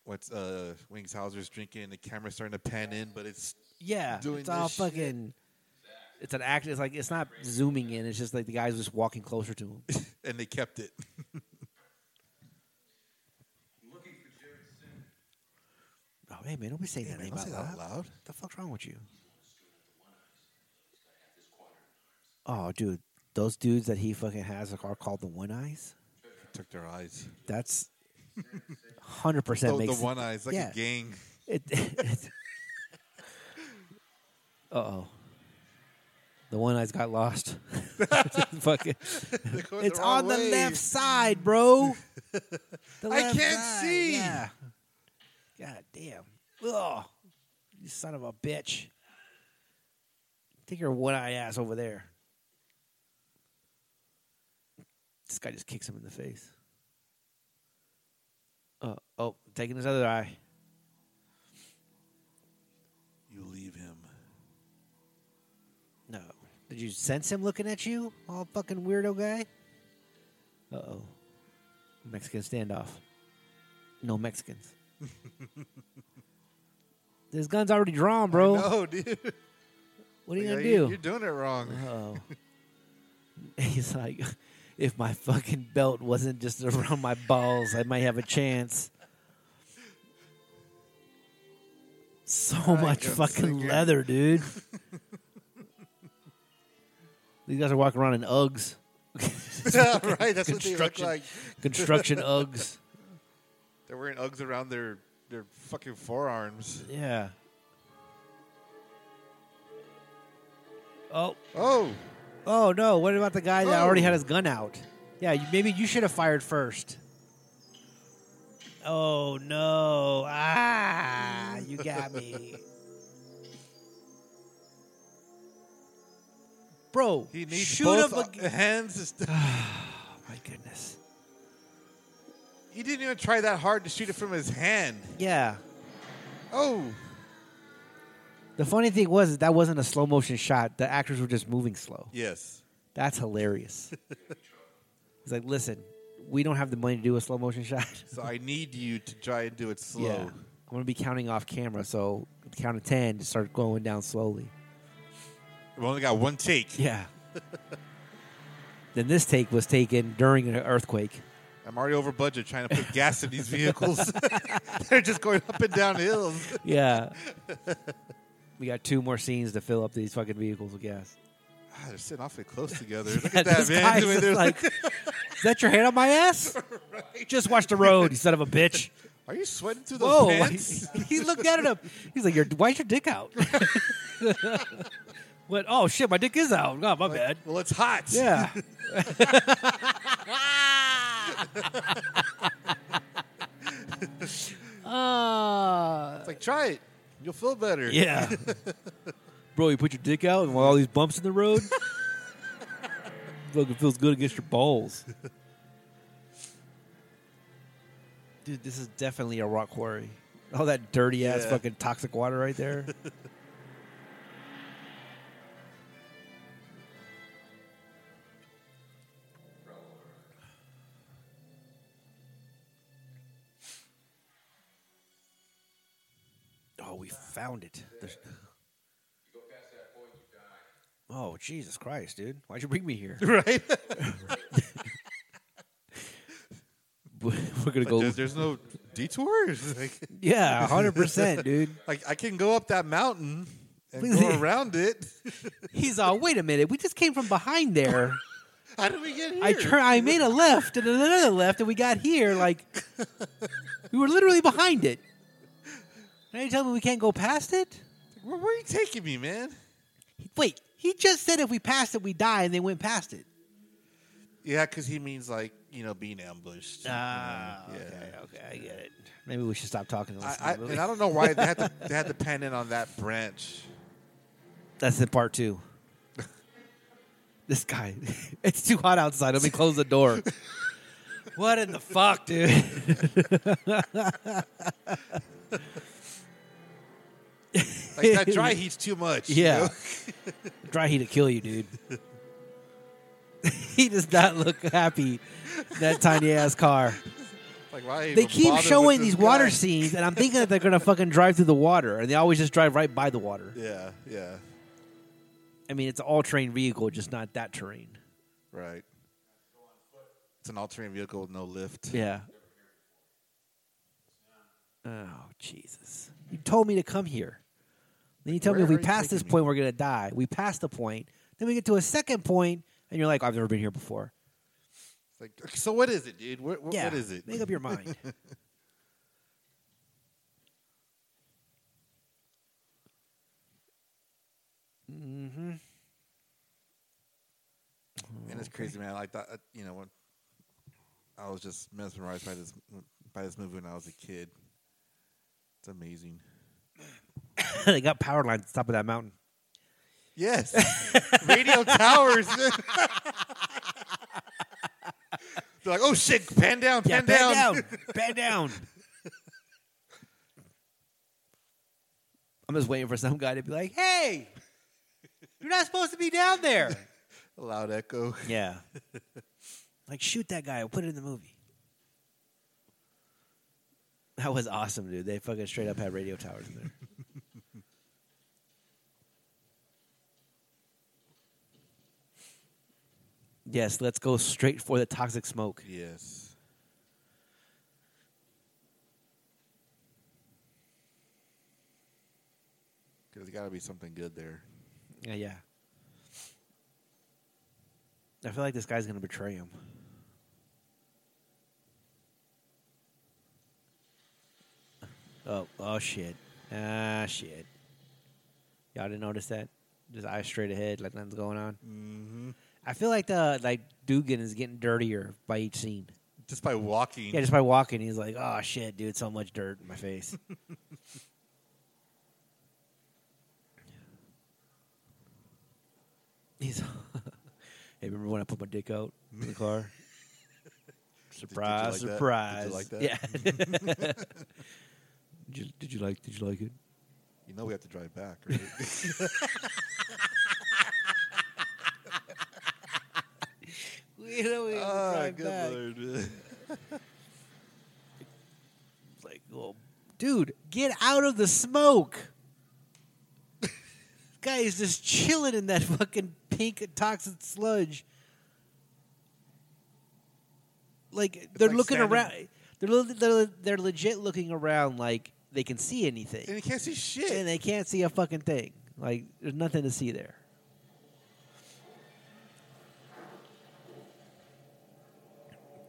B: what's uh Wings Hauser's drinking and the camera's starting to pan in, but it's
A: Yeah,
B: Doing
A: it's all
B: this shit.
A: fucking. It's an act. It's like it's not zooming in. It's just like the guy's just walking closer to him.
B: and they kept it.
D: Looking for Jared Sin.
A: Oh, hey man, don't be saying that
B: man,
A: name
B: don't
A: out
B: say that
A: loud.
B: out loud.
A: What the fuck's wrong with you? Oh, dude, those dudes that he fucking has are called the One Eyes.
B: Took their eyes.
A: That's hundred percent
B: Oh, the
A: makes
B: one eyes like
A: yeah.
B: a gang.
A: It, it, uh oh, the One Eyes got lost. fucking,
B: They're going
A: it's
B: wrong
A: on the
B: way.
A: left side, bro. The
B: I
A: left
B: can't
A: side,
B: see.
A: yeah. God damn. Ugh. You son of a bitch. Take your one eye ass over there. This guy just kicks him in the face. Uh, oh, taking his other eye.
B: You leave him.
A: No. Did you sense him looking at you? All fucking weirdo guy? Uh oh. Mexican standoff. No Mexicans. this gun's already drawn, bro.
B: No, dude.
A: What are Oh. you
B: Like, uh,
A: gonna
B: You're
A: do?
B: doing it wrong.
A: Uh oh. He's like, if my fucking belt wasn't just around my balls, I might have a chance. So much
B: go
A: fucking
B: figure.
A: leather, dude. These guys are walking around in Uggs,
B: right, that's what they look
A: Construction.
B: like.
A: construction Uggs.
B: They're wearing Uggs around their their fucking forearms.
A: Yeah. Oh,
B: Oh,
A: oh no! What about the guy that already
B: Oh.
A: had his gun out? Yeah, you, maybe you should have fired first. Oh no! Ah, you got me, bro.
B: he needs
A: shoot
B: both
A: up.
B: uh,
A: A,
B: hands. To st-
A: oh my goodness!
B: he didn't even try that hard to shoot it from his hand.
A: Yeah.
B: Oh,
A: The funny thing was is that wasn't a slow motion shot. The actors were just moving slow.
B: yes.
A: That's hilarious. He's like, listen, we don't have the money to do a slow motion shot.
B: So I need you to try and do it slow.
A: I'm gonna be counting off camera, so count of ten to start going down slowly.
B: We only got one take.
A: Yeah. then this take was taken during an earthquake.
B: I'm already over budget trying to put gas in these vehicles. They're just going up and down hills.
A: Yeah. we got two more scenes to fill up these fucking vehicles with gas.
B: Ah, they're sitting awfully close together. Look
A: Yeah,
B: at that,
A: this
B: man.
A: guy's
B: The way
A: just
B: they're
A: like,
B: like-
A: is that your hand on my ass? Just watch the road, you son of a bitch.
B: Are you sweating through those
A: Whoa!
B: pants?
A: He looked at it up. He's like, your, "Why's your dick out?" Went, "Oh shit, my dick is out. God, my bad."
B: Well, it's hot.
A: Yeah. uh, Uh.
B: It's like, try it. You'll feel better.
A: yeah. Bro, you put your dick out and while all these bumps in the road, fucking feels good against your balls. Dude, this is definitely a rock quarry. All that dirty ass
B: Yeah.
A: fucking toxic water right there. oh, we found it. There's-
D: You go past that point, you die.
A: Oh, Jesus Christ, dude. Why'd you bring me here?
B: Right?
A: We're going to
B: Like,
A: go.
B: there's, there's no detours. Like,
A: Yeah, 100%, dude.
B: like, I can go up that mountain and
A: Please.
B: go around it.
A: He's all, wait a minute. We just came from behind there.
B: How did we get here?
A: I tur- I made a left and another left, and we got here. Like, we were literally behind it. Now you tell me we can't go past it?
B: Where, where are you taking me, man?
A: Wait, he just said if we passed it, we die, and they went past it.
B: Yeah, because he means like you know being ambushed. you know, yeah.
A: Ah, okay, I get it. Maybe we should stop talking. And
B: I,
A: listen to
B: I,
A: the movie.
B: and I don't know why they had to they had to pan in on that branch.
A: That's in part two. this guy, it's too hot outside. Let me close the door. What in the fuck, dude?
B: Like that dry heat's too much. you
A: Yeah.
B: know?
A: Dry heat will kill you, dude. he does not look happy. in That tiny ass car.
B: Like why
A: They
B: even
A: keep
B: bother with
A: showing
B: this
A: these water
B: guy?
A: scenes, and I'm thinking that they're gonna fucking drive through the water, and they always just drive right by the water.
B: Yeah, yeah,
A: I mean, it's an all-terrain vehicle, just not that terrain.
B: right. It's an all-terrain vehicle with no lift.
A: Yeah. Oh Jesus! You told me to come here. Then you tell me
B: Where
A: if we
B: are you
A: pass this
B: taking me?
A: point, we're gonna die. We pass the point, then we get to a second point, and you're like, "I've never been here before."
B: It's like, okay, so what is it, dude? What, what,
A: yeah,
B: what is it?
A: Make up your mind. mm-hmm.
B: And it's crazy, man. Like that, uh, you know, when I was just mesmerized by this by this movie when I was a kid. It's amazing.
A: they got power lines at the top of that mountain.
B: Yes, radio towers. They're like, oh shit, pan down, pan
A: Yeah,
B: down.
A: Bend down. I'm just waiting for some guy to be like, hey, you're not supposed to be down there.
B: Loud echo.
A: Yeah. like, shoot that guy. Put it in the movie. That was awesome, dude. They fucking straight up had radio towers in there. yes, let's go straight for the toxic smoke.
B: Yes. There's got to be something good there.
A: Yeah, yeah. I feel like this guy's gonna betray him. Oh, oh shit! Ah, shit! Y'all didn't notice that? Just eyes straight ahead, like nothing's going on.
B: Mm-hmm.
A: I feel like the like Dugan is getting dirtier by each scene.
B: Just by walking.
A: Yeah, just by walking, he's like, "Oh shit, dude, so much dirt in my face." he's, hey, remember when I put my dick out in the car? surprise,
B: Did- did you like
A: surprise!
B: that? Did you like
A: Yeah. did, you, did you like? Did you like it?
B: you know we have to drive back, right?
A: You know, we
B: Ah, good lord.
A: Like, well, dude, get out of the smoke. Guy is just chilling in that fucking pink toxic sludge. Like they're
B: like
A: looking
B: standing-
A: around. They're, li- they're they're legit looking around like they can see
B: and
A: anything,
B: you can't see shit.
A: and they can't see a fucking thing. Like there's nothing to see there.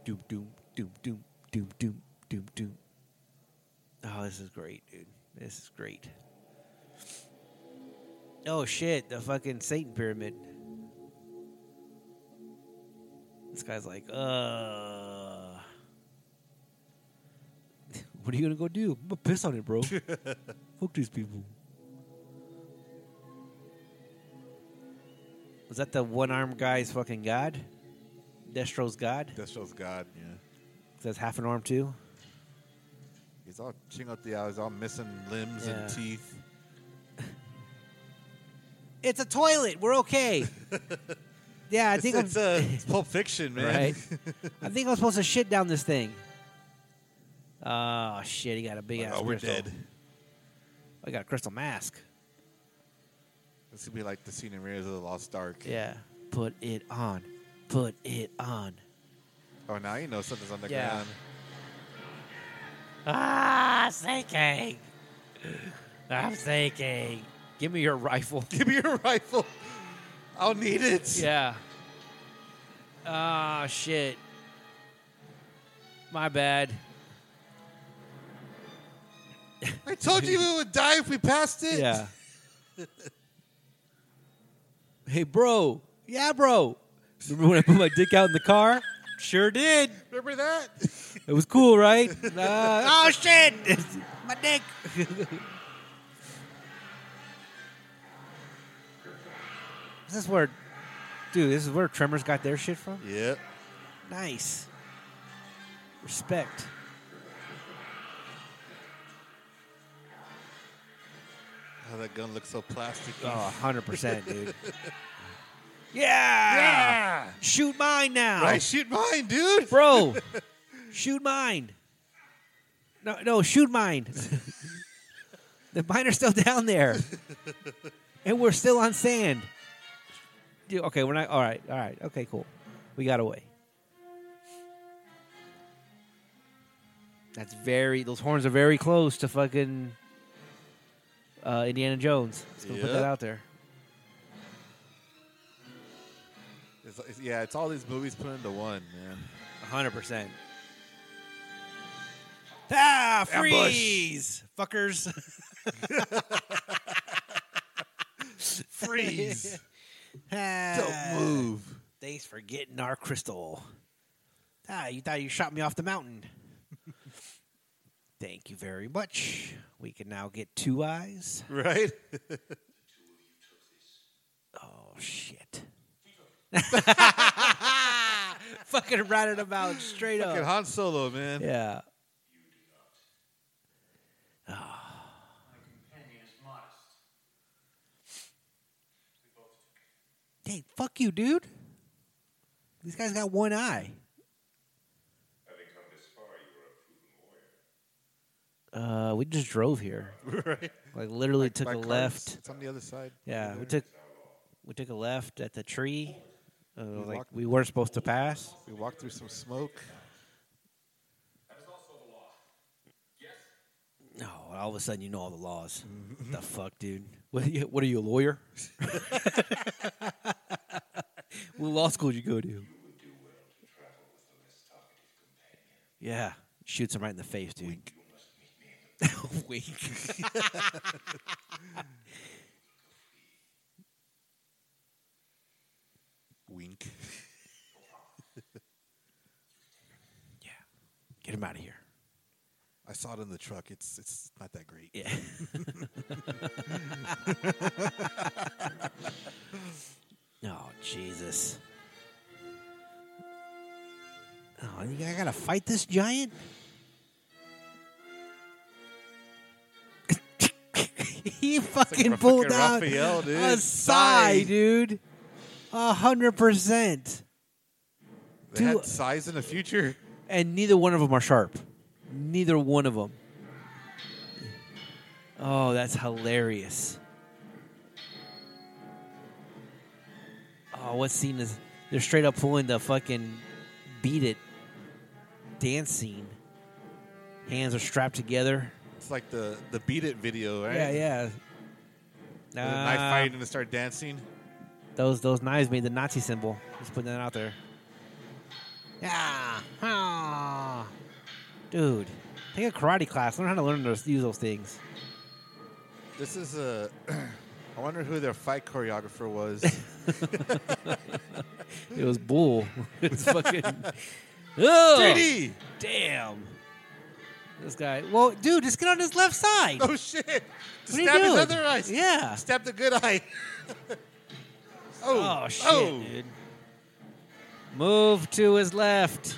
A: Doom doom doom doom doom doom doom doom. Oh, this is great, dude. This is great. Oh shit, the fucking Satan pyramid. This guy's like, uh What are you gonna go do? I'm gonna piss on it, bro. Fuck these people. Was that the one armed guy's fucking god? Destro's god?
B: That shows God, yeah.
A: That's half an arm too?
B: He's all ching up the eyes, all missing limbs
A: Yeah.
B: and teeth.
A: It's a toilet. We're okay. yeah, I think I'm,
B: it's, uh, it's Pulp Fiction, man.
A: Right. I think I'm supposed to shit down this thing. Oh shit! He got a big ass.
B: oh, we're
A: crystal.
B: dead.
A: I got a crystal mask.
B: This could be like the scene in Raiders of the Lost Ark.
A: Yeah. Put it on. Put it on.
B: Oh, now you know something's on the
A: Yeah.
B: ground.
A: Ah, sinking. I'm sinking. Give me your rifle.
B: Give me your rifle. I'll need it.
A: Yeah. Ah, shit. My bad.
B: I told you we would die if we passed it.
A: Yeah. hey, bro. Yeah, bro. Remember when I put my dick out in the car? Sure did.
B: Remember that?
A: It was cool, right? Uh, oh shit! my dick. is this where, dude? This is where Tremors got their shit from.
B: yep.
A: Nice. Respect.
B: How that gun looks so plastic.
A: Oh, 100%, dude. Yeah!
B: yeah.
A: Shoot mine now.
B: Right, shoot mine, dude.
A: Bro, shoot mine. No, no, shoot mine. the mine are still down there. And we're still on sand. Dude, okay, we're not. All right, all right. Okay, cool. We got away. That's very. Those horns are very close to fucking uh, Indiana Jones. Just gonna put
B: Yep.
A: that out there.
B: It's, it's- yeah, it's all these movies put into one, man.
A: hundred percent. Ah, freeze, fuckers!
B: Freeze.
A: Ah,
B: Don't move.
A: Thanks for getting our crystal. Ah, you thought you shot me off the mountain. Thank you very much. We can now get two eyes.
B: Right?
A: Oh shit! Fucking ratted him out straight
B: Fucking
A: up.
B: Han Solo, man.
A: Oh. Yeah.
D: Oh, My companion is modest. We both took it.
A: Hey, fuck you, dude. These guys got one eye.
D: Having come this far, you are a proven warrior.
A: Uh, we just drove here.
B: Right?
A: Like literally took
B: By
A: a
B: cars.
A: left.
B: It's on the other side.
A: Yeah, we took we took a left at the tree. Uh, like
B: walked-
A: we weren't supposed to pass.
B: We walked through some smoke.
D: That is also the law. Yes?
A: No, and all of a sudden you know all the laws. the fuck, dude? What are you, what are you a lawyer? what law school did you go to? Yeah, shoots him right in the face, dude. Wink.
B: Wink.
A: Yeah, get him out of here.
B: I saw it in the truck. It's it's not that great.
A: Yeah. oh Jesus! Oh, you- I gotta fight this giant. he fucking
B: Fucking
A: pulled out
B: Raphael, dude.
A: a sigh, dude. A hundred percent.
B: They had
A: Dude.
B: size in the future.
A: And neither one of them are sharp. Neither one of them. Oh, that's hilarious. Oh, what scene is. They're straight up pulling the fucking beat it dance scene. Hands are strapped together.
B: It's like the the beat it video, right?
A: Yeah, yeah.
B: The knife
A: Uh,
B: fight and they start dancing.
A: Those those knives made the Nazi symbol. Just putting that out there. Yeah. Ah. Dude, take a karate class. Learn how to learn those use those things.
B: This is a. I wonder who their fight choreographer was.
A: It was bull. it's fucking. Oh,
B: 3D.
A: Damn. This guy. Well, dude, just get on his left side.
B: Oh shit!
A: What are you
B: Stab his
A: doing?
B: other eye.
A: Yeah.
B: Stab the good eye. oh.
A: Oh shit,
B: oh.
A: dude. Move to his left.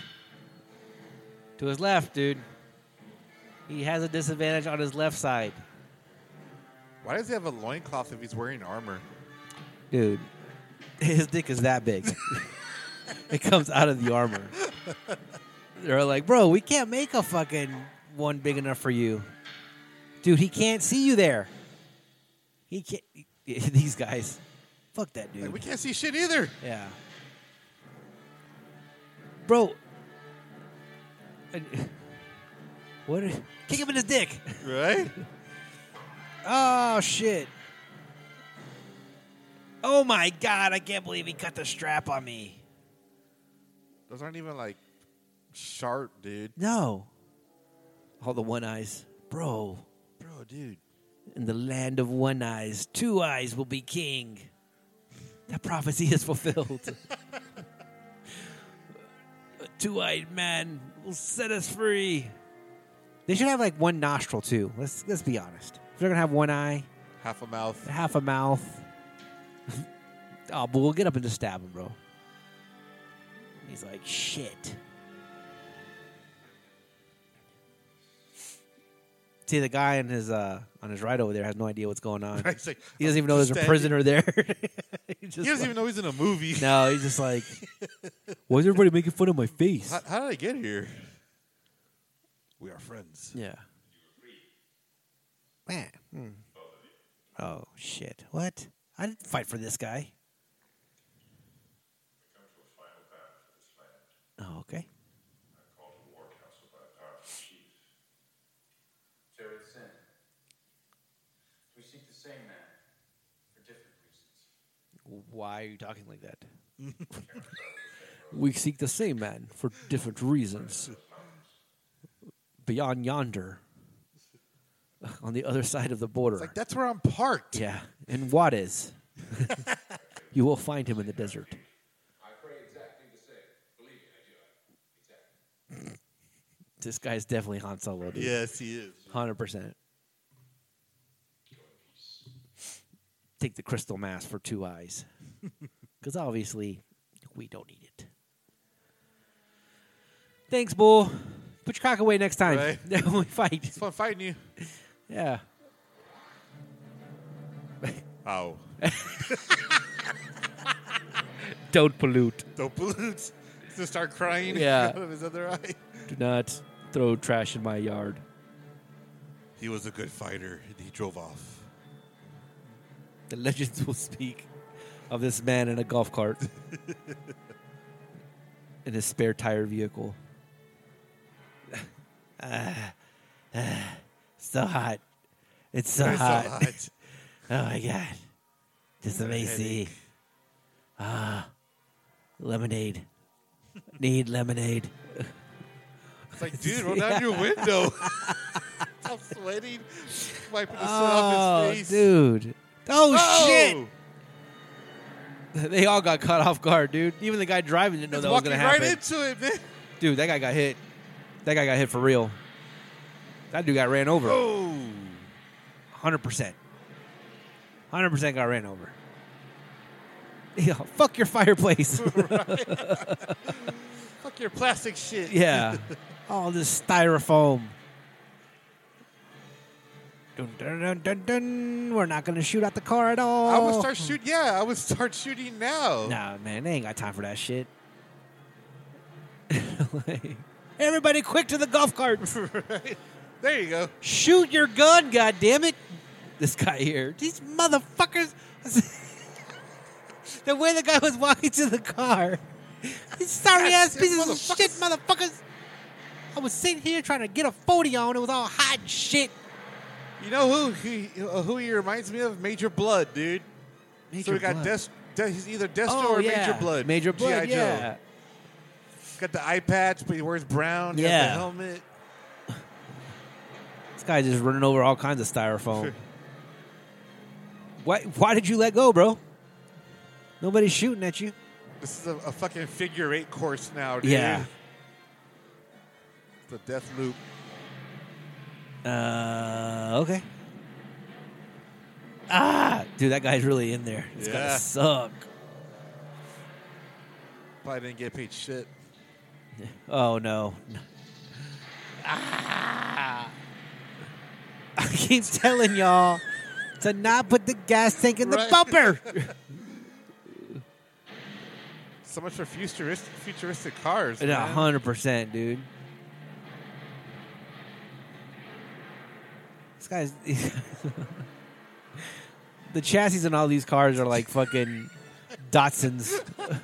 A: To his left, dude. He has a disadvantage on his left side.
B: Why does he have a loincloth if he's wearing armor?
A: Dude, his dick is that big. it comes out of the armor. They're like, bro, we can't make a fucking one big enough for you. Dude, he can't see you there. He can't. These guys. Fuck that dude.
B: Like, we can't see shit either.
A: Yeah. Bro. And- What? are- Kick him in his dick.
B: Right?
A: Oh shit. Oh my god, I can't believe he cut the strap on me.
B: Those aren't even like sharp, dude.
A: No. All the one eyes. Bro.
B: Bro, dude.
A: In the land of one eyes, two eyes will be king. That prophecy is fulfilled. A two eyed man will set us free. They should have like one nostril too. Let's let's be honest. If they're gonna have one eye,
B: Half a mouth.
A: half a mouth. oh, but we'll get up and just stab him, bro. He's like, shit. See, the guy on his uh, on his ride over there has no idea what's going on.
B: Right, it's like,
A: He doesn't
B: I'm
A: even know there's
B: just
A: a
B: standing-
A: prisoner there. he
B: He doesn't even know he's in a movie.
A: No, he's just like, why is everybody making fun of my face?
B: How, how did I get here? We are friends.
A: Yeah. Man.
B: Hmm.
A: Oh shit! What? I didn't fight for this guy. Oh okay.
D: called a war council by a powerful chief. Jared Sin. We seek the same man for different reasons.
A: Why are you talking like that? we seek the same man for different reasons. Beyond yonder, on the other side of the border.
B: It's like that's where I'm parked.
A: Yeah, in Juarez. you will find him in the desert.
D: I pray exactly the same. Believe me, I do. Exactly.
A: This guy's definitely Han Solo, dude.
B: Yes, he is.
A: Hundred percent. Take the crystal mask for two eyes, because obviously we don't need it. Thanks, Bull. Put your cock away next time
B: Right.
A: when we fight.
B: It's fun fighting you.
A: Yeah.
B: Ow.
A: Don't pollute.
B: Don't pollute. He's gonna start crying
A: Yeah.
B: out of his other eye.
A: Do not throw trash in my yard.
B: He was a good fighter and he drove off.
A: The legends will speak of this man in a golf cart in his spare tire vehicle. Ah, ah, so hot. It's so
B: It's so
A: hot.
B: hot.
A: oh my god. This amazing.
B: Headache.
A: Ah. Lemonade. Need lemonade.
B: It's like, dude, roll down your window. I'm sweating, wiping the sweat off his face.
A: Oh, dude. Oh,
B: Oh!
A: shit. They all got caught off guard, dude. Even the guy driving didn't know
B: It's
A: that was
B: walking
A: going to happen.
B: right into it, man.
A: Dude, that guy got hit. That guy got hit for real. That dude got ran over.
B: Oh,
A: Hundred percent. Hundred percent got ran over. Yeah, fuck your fireplace.
B: fuck your plastic shit.
A: yeah, all this styrofoam. Dun, dun, dun, dun, dun. We're not gonna shoot at the car at all.
B: I would start shooting. Yeah, I would start shooting now.
A: Oh. Nah, man, they ain't got time for that shit. Everybody, quick to the golf cart.
B: There you go.
A: Shoot your gun, goddammit. This guy here. These motherfuckers. the way the guy was walking to the car. These sorry ass
B: Goddamn
A: pieces of shit
B: motherfuckers.
A: motherfuckers. I was sitting here trying to get a 40 on. It was all hot and shit.
B: You know who he, uh, who he reminds me of? Major Blood, dude. so we got Des- De- he's either Destro or Major Blood.
A: Oh, Major Blood,
B: G.I. Joe.
A: yeah.
B: Got the eye patch, but he wears brown. He has
A: Yeah.
B: the helmet.
A: This guy's just running over all kinds of styrofoam. why, why did you let go, bro? Nobody's shooting at you.
B: This is a, a fucking figure eight course now, dude.
A: Yeah.
B: The death loop.
A: Uh, okay. Ah, dude, that guy's really in there. It's
B: Yeah.
A: gotta suck.
B: Probably didn't get paid shit.
A: Oh no. Ah. I keep telling y'all to not put the gas tank in the
B: Right.
A: bumper.
B: So much for futuristic, futuristic cars.
A: A
B: man.
A: hundred percent, dude. This guy's the chassis in all these cars are like fucking Datsuns.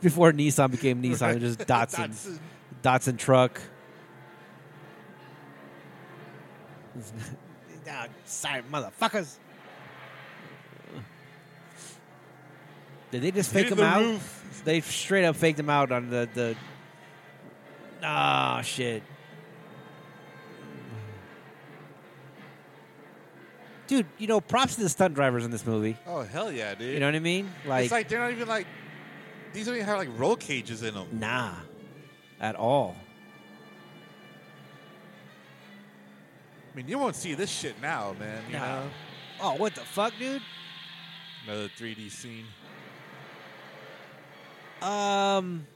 A: Before Nissan became Nissan, it was just Datsuns.
B: Datsun.
A: Datsun truck. Ah, sorry, motherfuckers. Did they just fake
B: Hit
A: him
B: the
A: out?
B: roof.
A: They straight up faked him out on the the. Ah shit. Dude, you know, props to the stunt drivers in this movie.
B: Oh hell yeah, dude!
A: You know what I mean? Like,
B: it's like they're not even like these don't even have like roll cages in them.
A: nah, at all.
B: I mean, you won't see this shit now, man. You
A: Nah.
B: know,
A: Oh, what the fuck, dude?
B: another 3D scene.
A: Um,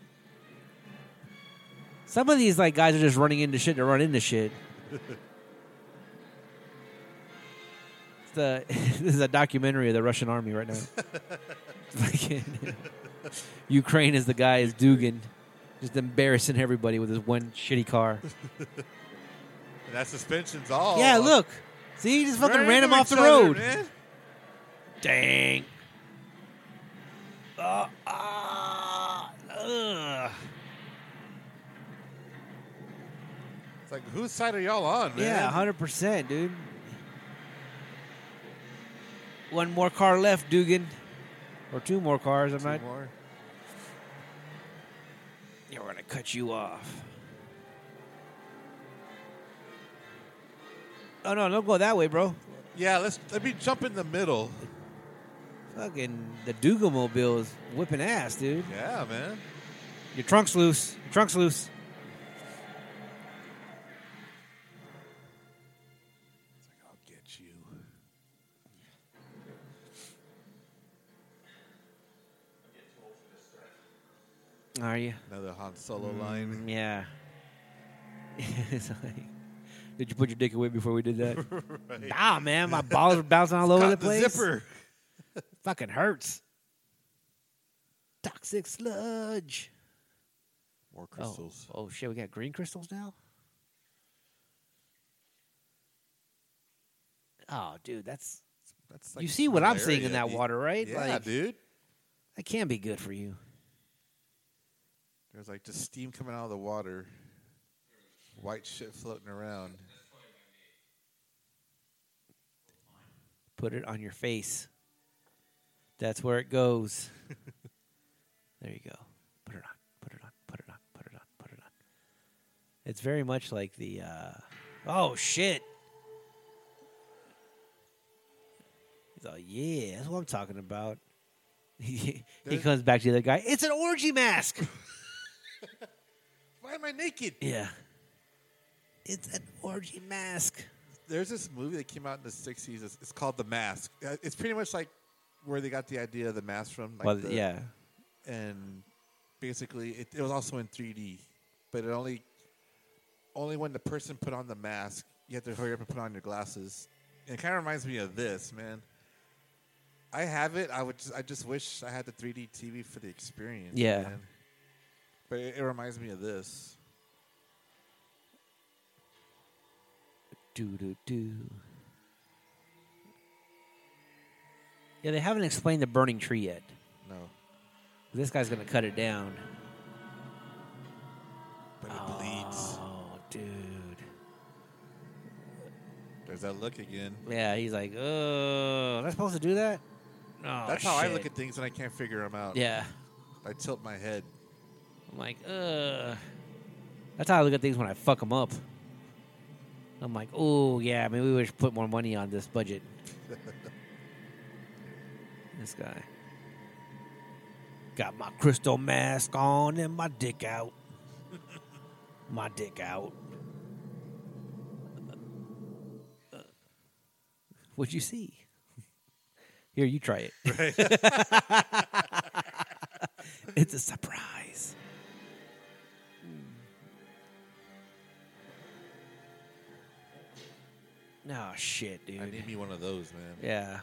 A: some of these like guys are just running into shit to run into shit. the this is a documentary of the Russian army right now. Fucking- Ukraine is the guy is Dugan, just embarrassing everybody with his one shitty car.
B: And that suspension's all.
A: yeah, look, see, he just fucking
B: Ran
A: ran him
B: into
A: off
B: each
A: the
B: other,
A: road.
B: man.
A: Dang. Uh, ah, ugh.
B: It's like, whose side are y'all on, man?
A: Yeah, hundred percent, dude. One more car left, Dugan, or two more cars. I'm
B: Two
A: not.
B: more.
A: Yeah, we're gonna cut you off. Oh no, don't go that way, bro.
B: Yeah, let's let me jump in the middle.
A: Fucking the Dugan mobile is whipping ass, dude.
B: Yeah, man.
A: Your trunk's loose. Your trunk's loose.
B: It's like, I'll get you.
A: Are you?
B: Another Han Solo line.
A: Mm, yeah. It's like, did you put your dick away before we did that?
B: Right.
A: nah, man, my balls are bouncing all over
B: Caught
A: the place.
B: zipper.
A: fucking hurts. Toxic sludge.
B: More
A: Oh,
B: crystals.
A: oh shit, we got green crystals now? Oh, dude, that's
B: That's like
A: you see what I'm seeing in
B: malaria,
A: that
B: dude.
A: water, right?
B: Yeah,
A: like
B: dude.
A: that can be good for you.
B: There's like just steam coming out of the water. White shit floating around.
A: Put it on your face. That's where it goes. there you go. Put it on. Put it on. Put it on. Put it on. Put it on. It's very much like the. Uh, oh shit. He's all yeah. That's what I'm talking about. he
B: There's-
A: comes back to the other guy. It's an orgy mask.
B: Why am I naked?
A: yeah. It's an orgy mask.
B: There's this movie that came out in the '60s. It's, it's called The Mask. Uh, It's pretty much like where they got the idea of the mask from. Like
A: well,
B: the-
A: yeah.
B: and basically it, it was also in 3D, but it only only when the person put on the mask, you had to hurry up and put on your glasses. And it kind of reminds me of this, man. I have it. I would. Just, I just wish I had the 3D TV for the experience.
A: Yeah.
B: man. But it, it reminds me of this.
A: Do do do. Yeah, they haven't explained the burning tree yet.
B: No,
A: This guy's gonna cut it down.
B: but it bleeds.
A: Oh, dude.
B: There's that look again.
A: Yeah, he's like, oh, am I supposed to do that? No.
B: Oh, That's how I look at things when I can't figure them out.
A: Oh, Yeah,
B: I tilt my head.
A: I'm like, ugh. That's how I look at things when I fuck them up. I'm like, oh yeah, maybe we should put more money on this budget. this guy got my crystal mask on and my dick out. my dick out. What'd you see? Here, you try it. it's a surprise. No Oh, shit, dude.
B: I need me one of those, man.
A: yeah.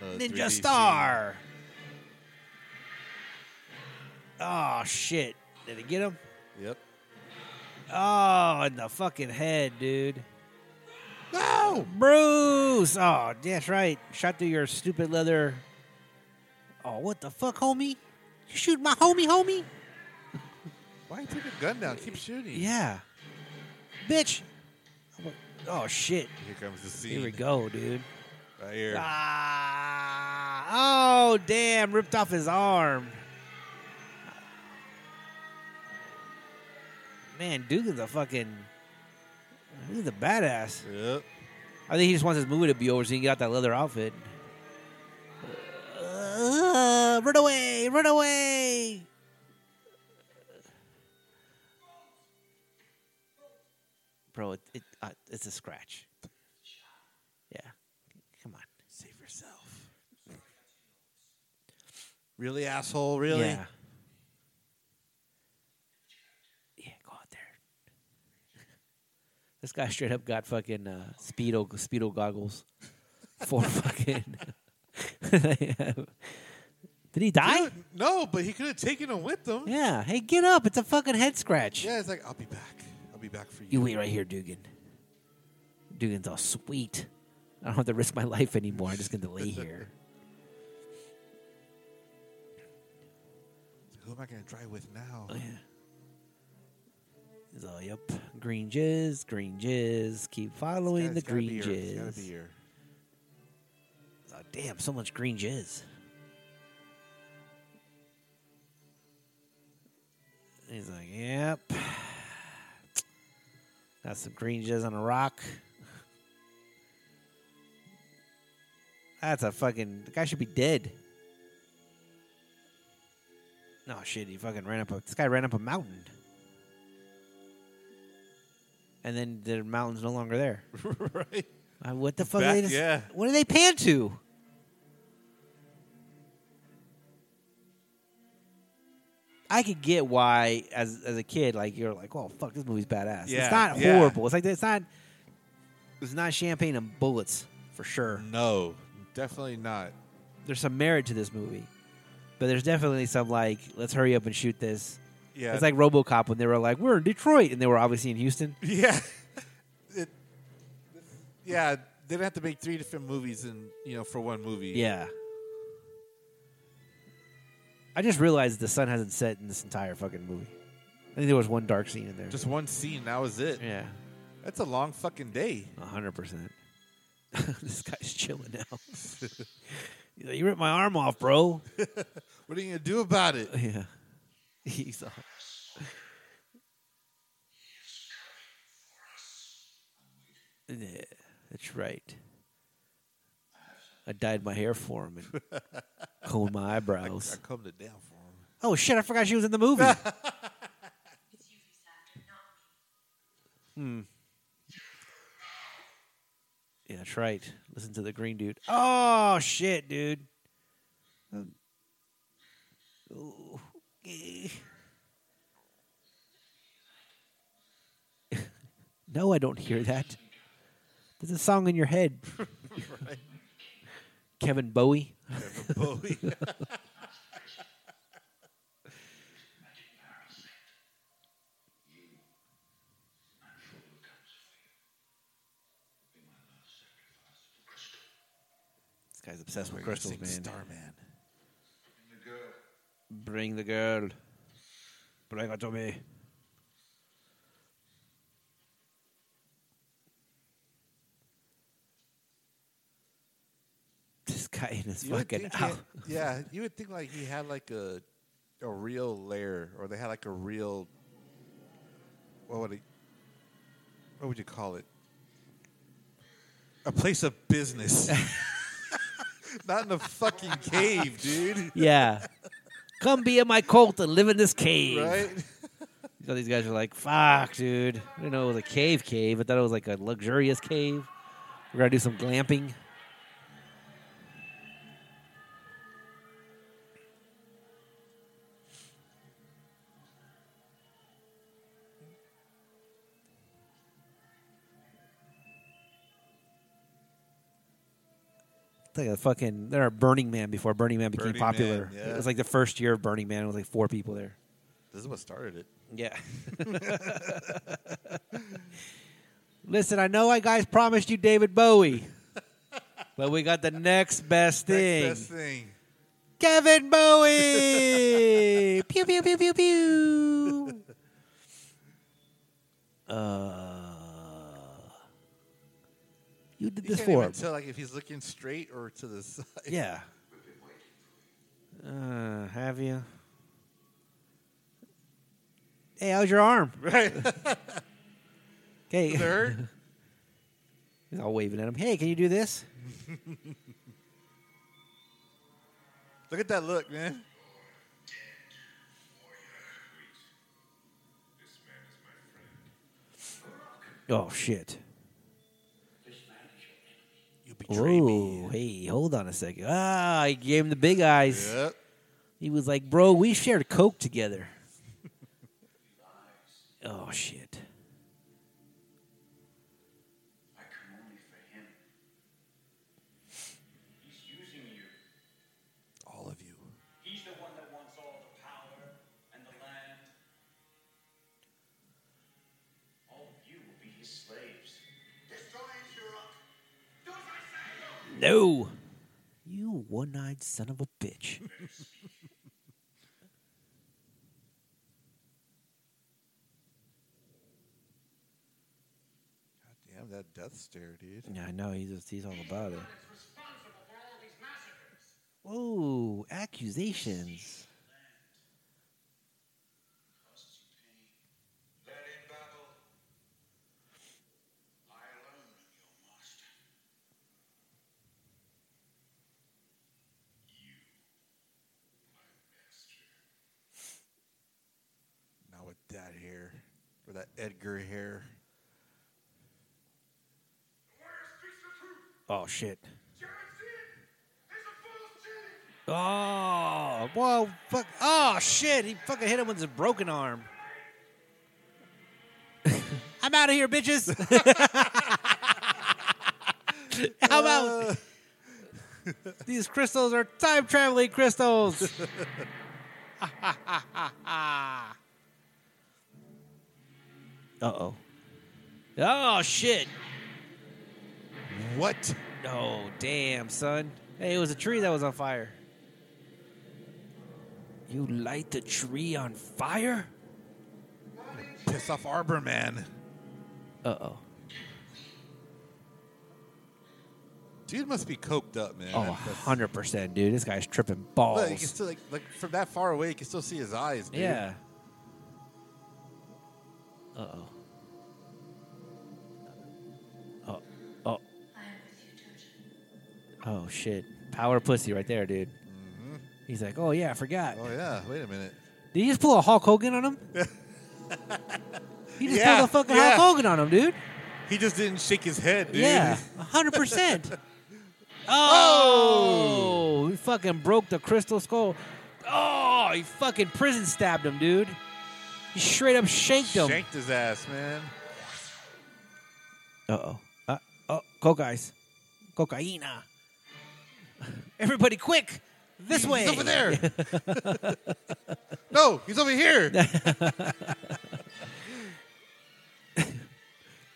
B: Uh,
A: Ninja
B: 3D
A: Star. Oh shit! Did it get him?
B: scene. Yep.
A: Oh, in the fucking head, dude.
B: No.
A: Bruce. Oh, that's right. Shot through your stupid leather. Oh, what the fuck, homie? You shoot my homie, homie?
B: Why you take a gun down? Keep shooting.
A: Yeah. Bitch. Oh shit.
B: Here comes the scene.
A: Here we go, dude.
B: Right here.
A: Ah, oh, damn. Ripped off his arm. Man, Dugan's a fucking. He's a badass.
B: Yep.
A: I think he just wants his movie to be over so he can get out that leather outfit. Uh, run away! Run away! Bro, it, it uh, it's a scratch. Yeah, come on.
B: Save yourself. Really, asshole? Really?
A: Yeah. Yeah, go out there. This guy straight up got fucking uh, speedo speedo goggles for fucking. Did he die?
B: Dude, no, but he could have taken him with him.
A: Yeah. Hey, get up! It's a fucking head scratch.
B: Yeah, it's like I'll be back. I'll be back for you.
A: You wait right here, Dugan. Dugan's all sweet. I don't have to risk my life anymore. I'm just going to lay here.
B: Who am I gonna drive with now?
A: Oh, yeah. He's all, yep. Green jizz, green jizz. Keep
B: It's
A: following the
B: gotta- it's gotta be
A: green
B: your- it's gotta
A: jizz.
B: be your-
A: He's all, damn, so much green jizz. He's like, yep. Got some green jizz on a rock. That's a fucking. The guy should be dead. No shit, he fucking ran up a. This guy ran up a mountain. And then the mountain's no longer there.
B: right.
A: Uh, what the fuck?
B: Back-
A: they just-
B: yeah.
A: What do they pan to? I could get why, as as a kid, like you're like, oh fuck, this movie's badass.
B: Yeah,
A: it's not
B: yeah.
A: horrible. It's like it's not. It's not champagne and bullets for
B: Mm.
A: sure.
B: No, definitely not.
A: There's some merit to this movie, but there's definitely some like, let's hurry up and shoot this.
B: Yeah,
A: It's like RoboCop when they were like, we're in Detroit, and they were obviously in Houston.
B: yeah, it, yeah. They didn't have to make three different movies in you know for one movie.
A: Yeah. I just realized the sun hasn't set in this entire fucking movie. I think there was one dark scene in there.
B: just one scene. That was it.
A: yeah,
B: That's a long fucking day.
A: hundred percent. This guy's chilling now. He's like, you ripped my arm off, bro.
B: What are you gonna do about it?
A: yeah, he's all, yeah, that's right. I dyed my hair for him and combed my
B: I, I
A: eyebrows.
B: come to down for him.
A: Oh shit! I forgot she was in the movie.
C: It's you who's after, not me.
A: Yeah, that's right. Listen to the green dude. Oh shit, dude. Oh. no, I don't hear that. There's a song in your head. Kevin Bowie.
B: Bowie.
A: This guy's obsessed with
B: We're gonna
A: crystals,
B: sing
A: man.
B: Starman.
D: And the girl.
A: Bring the girl. Bring her to me. This guy in his
B: You would
A: fucking
B: think he-
A: out.
B: yeah, you would think like he had like a a real lair, or they had like a real what would it, what would you call it? A place of business. Not in a fucking cave, dude.
A: Yeah. Come be in my cult and live in this cave.
B: Right?
A: So these guys are like, fuck, dude. I didn't know it was a cave cave. I thought it was like a luxurious cave. We're going to do some glamping. It's like a fucking, they're a Burning Man before Burning Man became
B: Burning Man,
A: popular.
B: yeah.
A: It was like the first year of Burning Man. It was like four people there.
B: This is what started it.
A: Yeah. Listen, I know I guys promised you David Bowie, but we got the next best thing.
B: Next best thing.
A: Kevin Bowie. pew pew pew pew pew. Uh, you did
B: You
A: this
B: can't
A: for
B: even
A: him.
B: tell like if he's looking straight or to the side.
A: Yeah. Uh, have you? Hey, how's your arm?
B: Right? Does
A: Okay.
B: it hurt?
A: He's all waving at him. Hey, can you do this?
B: Look at that look, man.
D: This man is my friend.
A: Oh shit!
B: You betray
A: Whoa!
B: me.
A: Hey, hold on a second. Ah, he gave him the big eyes.
B: Yep.
A: He was like, "Bro, we shared coke together." oh shit! No. You one eyed son of a bitch.
B: God damn that death stare, dude.
A: Yeah, I know. He's, just, he's all about it.
D: It's responsible for all these massacres.
A: Whoa, accusations.
D: Causes you pain. That in Babel, I alone am your master. You, my master.
B: Not with that hair. Or that Edgar hair.
D: The warrior speaks the truth.
A: Oh, shit.
D: Jared Sin is a fool's genie.
A: Oh, whoa, fuck. Oh, shit. He fucking hit him with his broken arm. I'm out of here, bitches. How about these crystals are time traveling crystals? uh oh. Oh, shit.
B: What?
A: Oh, damn, son. Hey, it was a tree that was on fire. You light the tree on fire?
B: Piss off Arbor Man.
A: Uh oh.
B: Dude must be coked up, man.
A: Oh,
B: That's- that's-
A: 100%, dude. This guy's tripping balls.
B: Look, you can still like, like from that far away, you can still see his eyes. Dude.
A: yeah. Uh oh. Oh, oh,
C: I am with you, Jojo.
A: oh, shit. Power pussy right there, dude.
B: Mm-hmm.
A: He's like, oh, yeah, I forgot.
B: Oh yeah. Wait a minute.
A: Did he just pull a Hulk Hogan on him? he just
B: Yeah,
A: pulled a fucking
B: yeah.
A: Hulk Hogan on him, dude.
B: He just didn't shake his head, dude.
A: Yeah, a hundred percent. Oh, he fucking broke the crystal skull. Oh, he fucking prison stabbed him, dude. He straight up shanked him.
B: Shanked his ass, man.
A: Uh-oh. Uh oh. Go guys. Cocaina. Everybody, quick! This way.
B: He's over there. no, he's over here.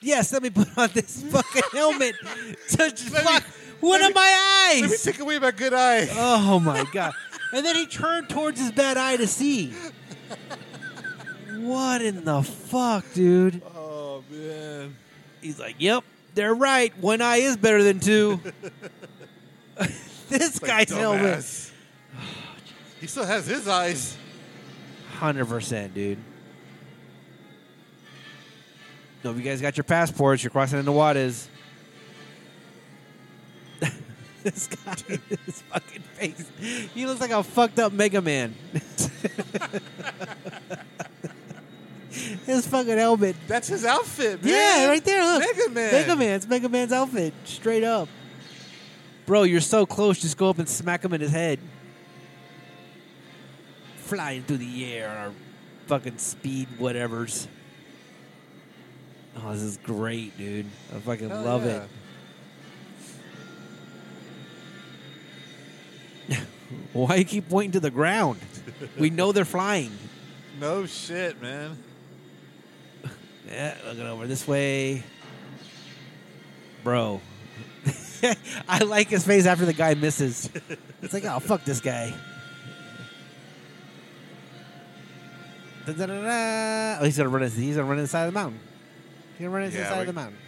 A: Yes, let me put on this fucking helmet. to just
B: Let me-
A: fuck one
B: let
A: of
B: me-
A: my eyes.
B: Let me take away my good eye.
A: Oh my god! And then he turned towards his bad eye to see. What in the fuck, dude?
B: oh man.
A: He's like, "Yep, they're right. One eye is better than two. this
B: Like,
A: guy's helmet,
B: dumbass. He still has his eyes.
A: hundred percent, dude. No, if you guys got your passports, you're crossing into Juarez. this guy, his fucking face. He looks like a fucked up Mega Man. his fucking helmet.
B: That's his outfit, man.
A: Yeah, right there. Look,
B: Mega Man.
A: Mega Man. It's Mega Man's outfit, straight up. Bro, you're so close. Just go up and smack him in his head. Flying through the air on our fucking speed whatevers. Oh, this is great, dude. I fucking
B: Hell
A: love
B: yeah.
A: it. Why you keep pointing to the ground? we know they're flying.
B: No shit, man.
A: Yeah, looking over this way. Bro. I like his face after the guy misses. It's like, oh, fuck this guy. Da-da-da-da. Oh, he's gonna run. ins- He's gonna run inside the mountain. He's gonna run
B: Yeah,
A: inside
B: we-
A: the mountain.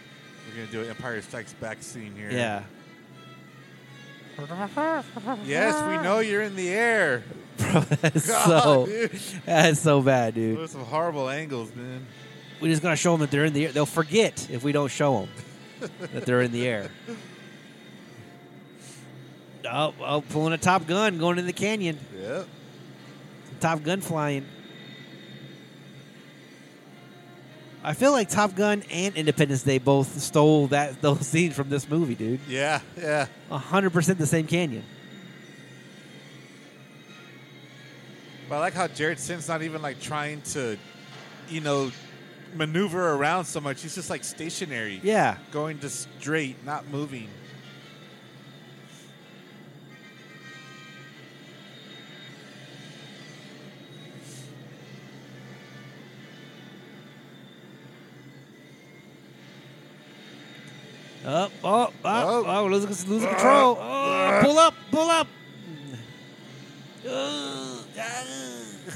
B: We're gonna do an Empire Strikes Back scene here.
A: Yeah.
B: Yes, we know you're in the air.
A: Bro, that's
B: God,
A: so
B: dude.
A: that's so bad, dude.
B: Those are some horrible angles, man.
A: We just gotta show them that they're in the air. They'll forget if we don't show them that they're in the air. Oh, oh, pulling a Top Gun, going in the canyon.
B: Yep.
A: Top Gun flying. I feel like Top Gun and Independence Day both stole that those scenes from this movie, dude.
B: Yeah, yeah.
A: hundred percent the same canyon.
B: But I like how Jared Sin's not even like trying to, you know, maneuver around so much. He's just like stationary.
A: Yeah,
B: Going just straight, not moving.
A: Up, oh, oh, oh,
B: Oh.
A: we're losing, losing control. Oh, pull up, pull up. Oh, ah.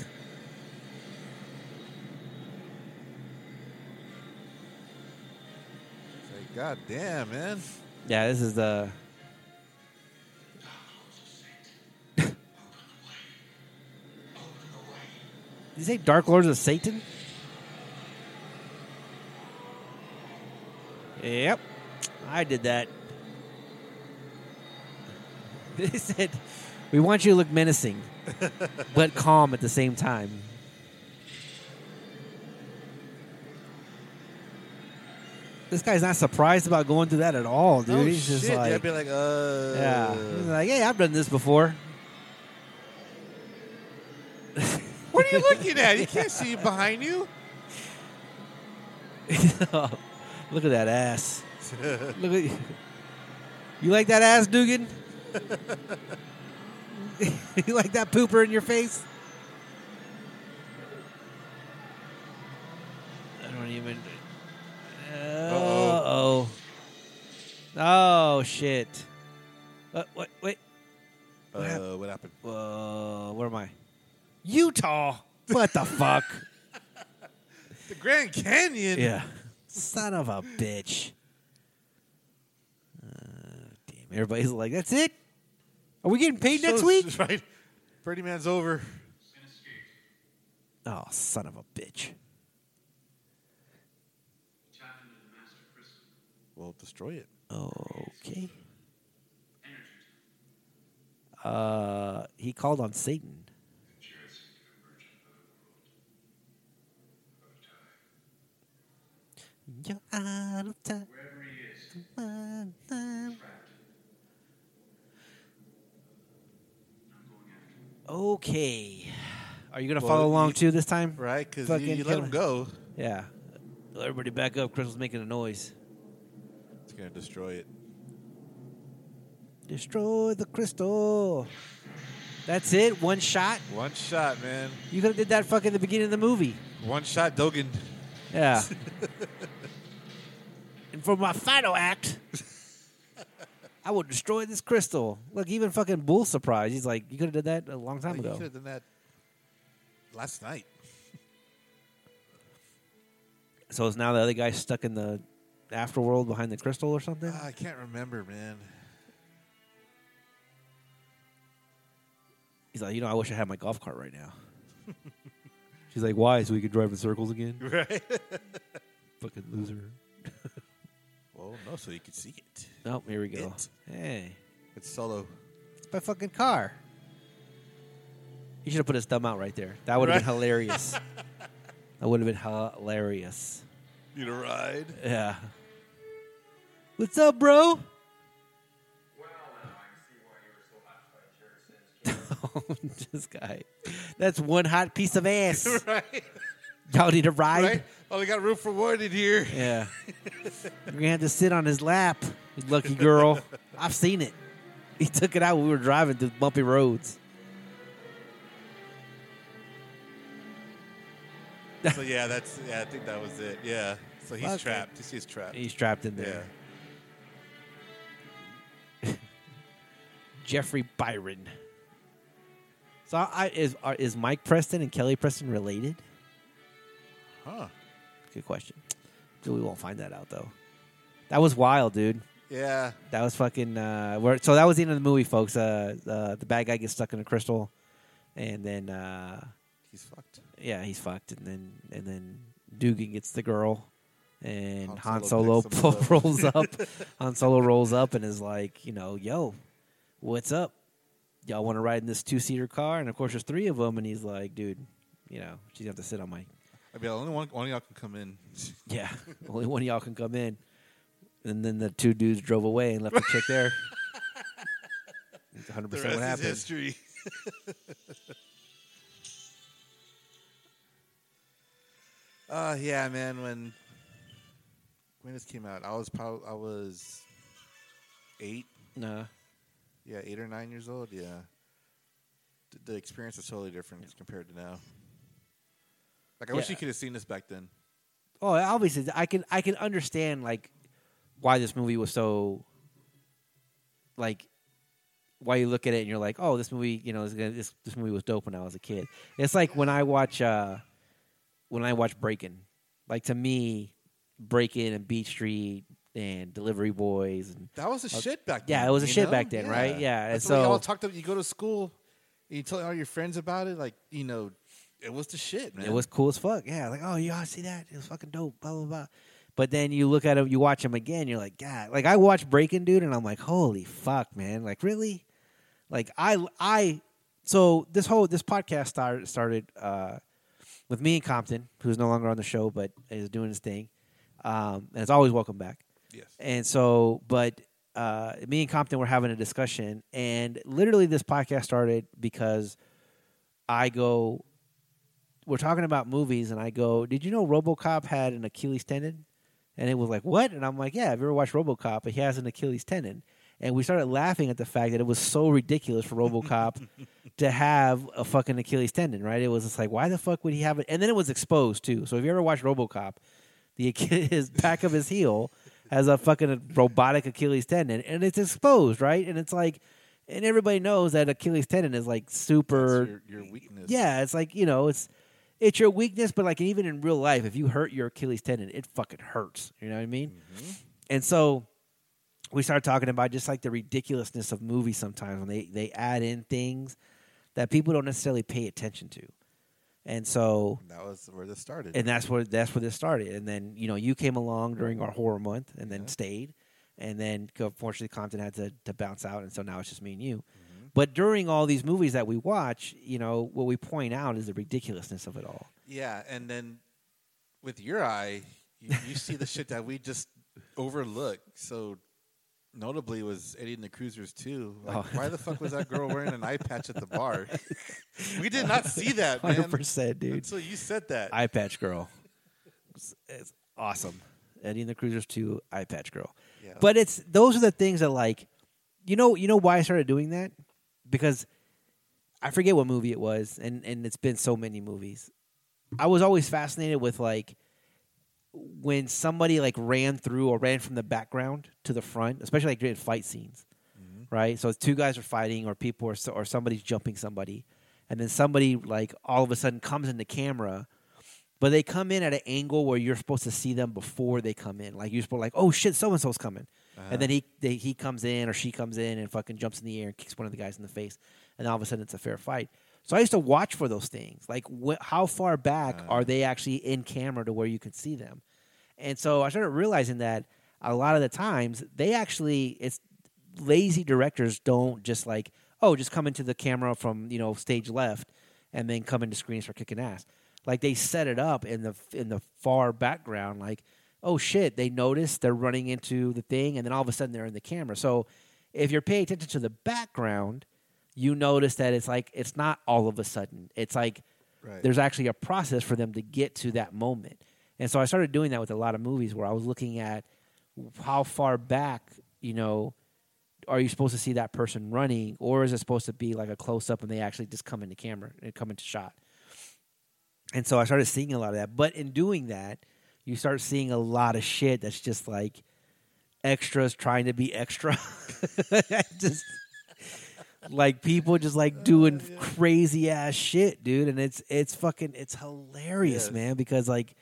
B: It's like, God damn, man.
A: Yeah, this is the. Did you say Dark Lords of Satan? Yep, I did that. They said, "We want you to look menacing, but calm at the same time." This guy's not surprised about going through that at all, dude.
B: oh,
A: He's
B: shit.
A: just like,
B: I'd be like, uh.
A: yeah. He's like, hey, I've done this before.
B: What are you looking at? You can't see behind you.
A: Look at that ass. Look at you. You like that ass, Dugan? you like that pooper in your face? I don't even. Uh oh. Oh shit. What? What? Wait. What hap-
B: Uh, what happened?
A: Whoa. Where am I? Utah. What the fuck?
B: The Grand Canyon.
A: Yeah. Son of a bitch. Uh, damn, everybody's like, that's it? Are we getting paid
B: So
A: next
B: it's-
A: week?
B: it's Right. Birdie Man's over.
D: Sin escaped.
A: Oh, son of a bitch.
D: He tapped into the master crystal.
B: Well, destroy it.
A: Okay.
D: Energy
A: Uh,
D: time.
A: he called on Satan.
D: Jared seemed to emerge into the world. Out
A: You're
D: of time.
A: out of time.
D: Wherever he is, trapped. I'm going after him.
A: Okay. Are you going to
B: Well,
A: follow along
B: you-
A: too this time?
B: Right? Because
A: Fucking
B: you, you
A: kill
B: let him
A: it.
B: go.
A: Yeah. Everybody back up. Crystal's making a noise.
B: It's going to destroy it.
A: Destroy the crystal. That's it. One shot.
B: One shot, man.
A: You could have did that fucking at the beginning of the movie.
B: One shot, Dogan.
A: Yeah. and for my final act, I will destroy this crystal. Look, even fucking Bull surprised. He's like, you could have did that a long time
B: Like, you
A: ago.
B: could have done that last night.
A: So it's now the other guy stuck in the afterworld behind the crystal or something.
B: Ah, I can't remember, man.
A: He's like, you know, I wish I had my golf cart right now. She's like, why? So we could drive in circles again?
B: Right?
A: Fucking loser.
B: well, no, so you could see it.
A: Oh, here we go.
B: It.
A: Hey,
B: It's solo.
A: it's my fucking car. He should have put his thumb out right there. That would have been
B: Right.
A: hilarious. that would have been hilarious.
B: Need a ride?
A: Yeah. What's up, bro?
D: Well, now I can see why you were so hot by Jared Sin's
A: this guy. That's one hot piece of ass.
B: right?
A: Y'all need a ride?
B: Right? Only got room for one in here.
A: Yeah. You're going to have to sit on his lap, you lucky girl. I've seen it. He took it out when we were driving through bumpy roads.
B: so yeah, that's yeah. I think that was it. Yeah. So he's
A: Okay.
B: trapped. He's, he's trapped.
A: He's trapped in
B: yeah.
A: there. Jeffrey Byron. So I, is, are, is Mike Preston and Kelly Preston related?
B: Huh.
A: Good question. Dude, we won't find that out, though. That was wild, dude.
B: Yeah.
A: That was fucking. Uh, where, so that was the end of the movie, folks. Uh, uh, the bad guy gets stuck in a crystal, and then uh,
B: He's fucked.
A: yeah, he's fucked. And then and then Dugan gets the girl, and Han,
B: Han
A: Solo,
B: Solo picks him up.
A: rolls up. Han Solo rolls up and is like, you know, yo, what's up? Y'all want to ride in this two seater car? And of course, there's three of them, and he's like, dude, you know, she's gonna have to sit on my
B: I mean, only one, one of y'all can come in.
A: yeah, only one of y'all can come in. And then the two dudes drove away and left the chick there. It's 100%
B: the
A: what
B: rest is
A: happened.
B: history. uh yeah, man. When when this came out, I was probably I was eight.
A: Nah.
B: Yeah, eight or nine years old. Yeah, Th- the experience is totally different compared to now. Like I wish
A: Yeah.
B: you could have seen this back then.
A: Oh, obviously, I can I can understand like why this movie was so like why you look at it and you're like, oh, this movie, you know, is gonna, this this movie was dope when I was a kid. It's like when I watch uh, when I watch Breaking. Like to me, Breaking and Beat Street and Delivery Boys and
B: That was a
A: Uh,
B: shit back
A: yeah,
B: then.
A: it was a
B: you
A: shit
B: know?
A: back then, right? Yeah, and
B: That's what we
A: so-
B: all talked about. You go to school, you tell all your friends about it. Like, you know, it was the shit, man.
A: It was cool as fuck. Yeah, like oh, y'all see that? It was fucking dope. Blah blah blah. But then you look at him, you watch him again. You're like, God. Like I watched Breaking Dude, and I'm like, holy fuck, man. Like really? Like I I. So this whole this podcast started started uh, with me and Compton, who's no longer on the show, but is doing his thing, um, and it's always welcome back.
B: Yes.
A: And so, but uh, me and Compton were having a discussion, and literally this podcast started because I go, we're talking about movies, and I go, did you know RoboCop had an Achilles tendon? And it was like, what? And I'm like, yeah, have you ever watched RoboCop? But he has an Achilles tendon. And we started laughing at the fact that it was so ridiculous for RoboCop to have a fucking Achilles tendon, right? It was just like, why the fuck would he have it? And then it was exposed too. So if you ever watched RoboCop, the Achilles, his back of his heel has a fucking robotic Achilles tendon, and it's exposed, right? And it's like, and everybody knows that Achilles tendon is like super.
B: That's your, your weakness.
A: Yeah, it's like you know, it's it's your weakness, but like even in real life, if you hurt your Achilles tendon, it fucking hurts. You know what I mean? And so we started talking about just like the ridiculousness of movies sometimes when they they add in things that people don't necessarily pay attention to, and so
B: That was where this started.
A: and that's where that's where this started. And then you know you came along during our horror month, and then
B: Yeah.
A: stayed, and then co- fortunately Compton had to to bounce out, and so now it's just me and you.
B: Mm-hmm.
A: But during all these movies that we watch, you know what we point out is the ridiculousness of it all.
B: yeah, and then with your eye, you, you see the shit that we just overlook. So notably was Eddie and the Cruisers too. Like,
A: Oh.
B: Why the fuck was that girl wearing an eye patch at the bar? we did not see that, man.
A: Hundred percent, dude.
B: Until you said that.
A: Eye Patch Girl, it's, it's awesome. Eddie and the Cruisers Two, Eye Patch Girl.
B: Yeah.
A: But it's those are the things that like, you know, you know why I started doing that because I forget what movie it was, and and it's been so many movies. I was always fascinated with like when somebody like ran through or ran from the background to the front, especially like during fight scenes,
B: Mm-hmm.
A: right? So two guys are fighting, or people, or so, or somebody's jumping somebody, and then somebody like all of a sudden comes in the camera but they come in at an angle where you're supposed to see them before they come in. Like you're supposed like, oh shit, so and so's coming, and then he they, he comes in or she comes in and fucking jumps in the air and kicks one of the guys in the face, and all of a sudden it's a fair fight. So I used to watch for those things, like wh- how far back are they actually in camera to where you can see them, and so I started realizing that a lot of the times they actually it's lazy directors don't just like oh just come into the camera from you know stage left and then come into screens for kicking ass like they set it up in the in the far background like oh shit they notice they're running into the thing and then all of a sudden they're in the camera so if you're paying attention to the background you notice that it's like it's not all of a sudden it's like
B: Right.
A: there's actually a process for them to get to that moment. And so I started doing that with a lot of movies where I was looking at how far back, you know, are you supposed to see that person running or is it supposed to be like a close up and they actually just come into camera and come into shot? And so I started seeing a lot of that. But in doing that, you start seeing a lot of shit that's just like extras trying to be extra. just like people just like doing crazy ass shit, dude. And it's it's fucking it's hilarious,
B: Yes.
A: man, because like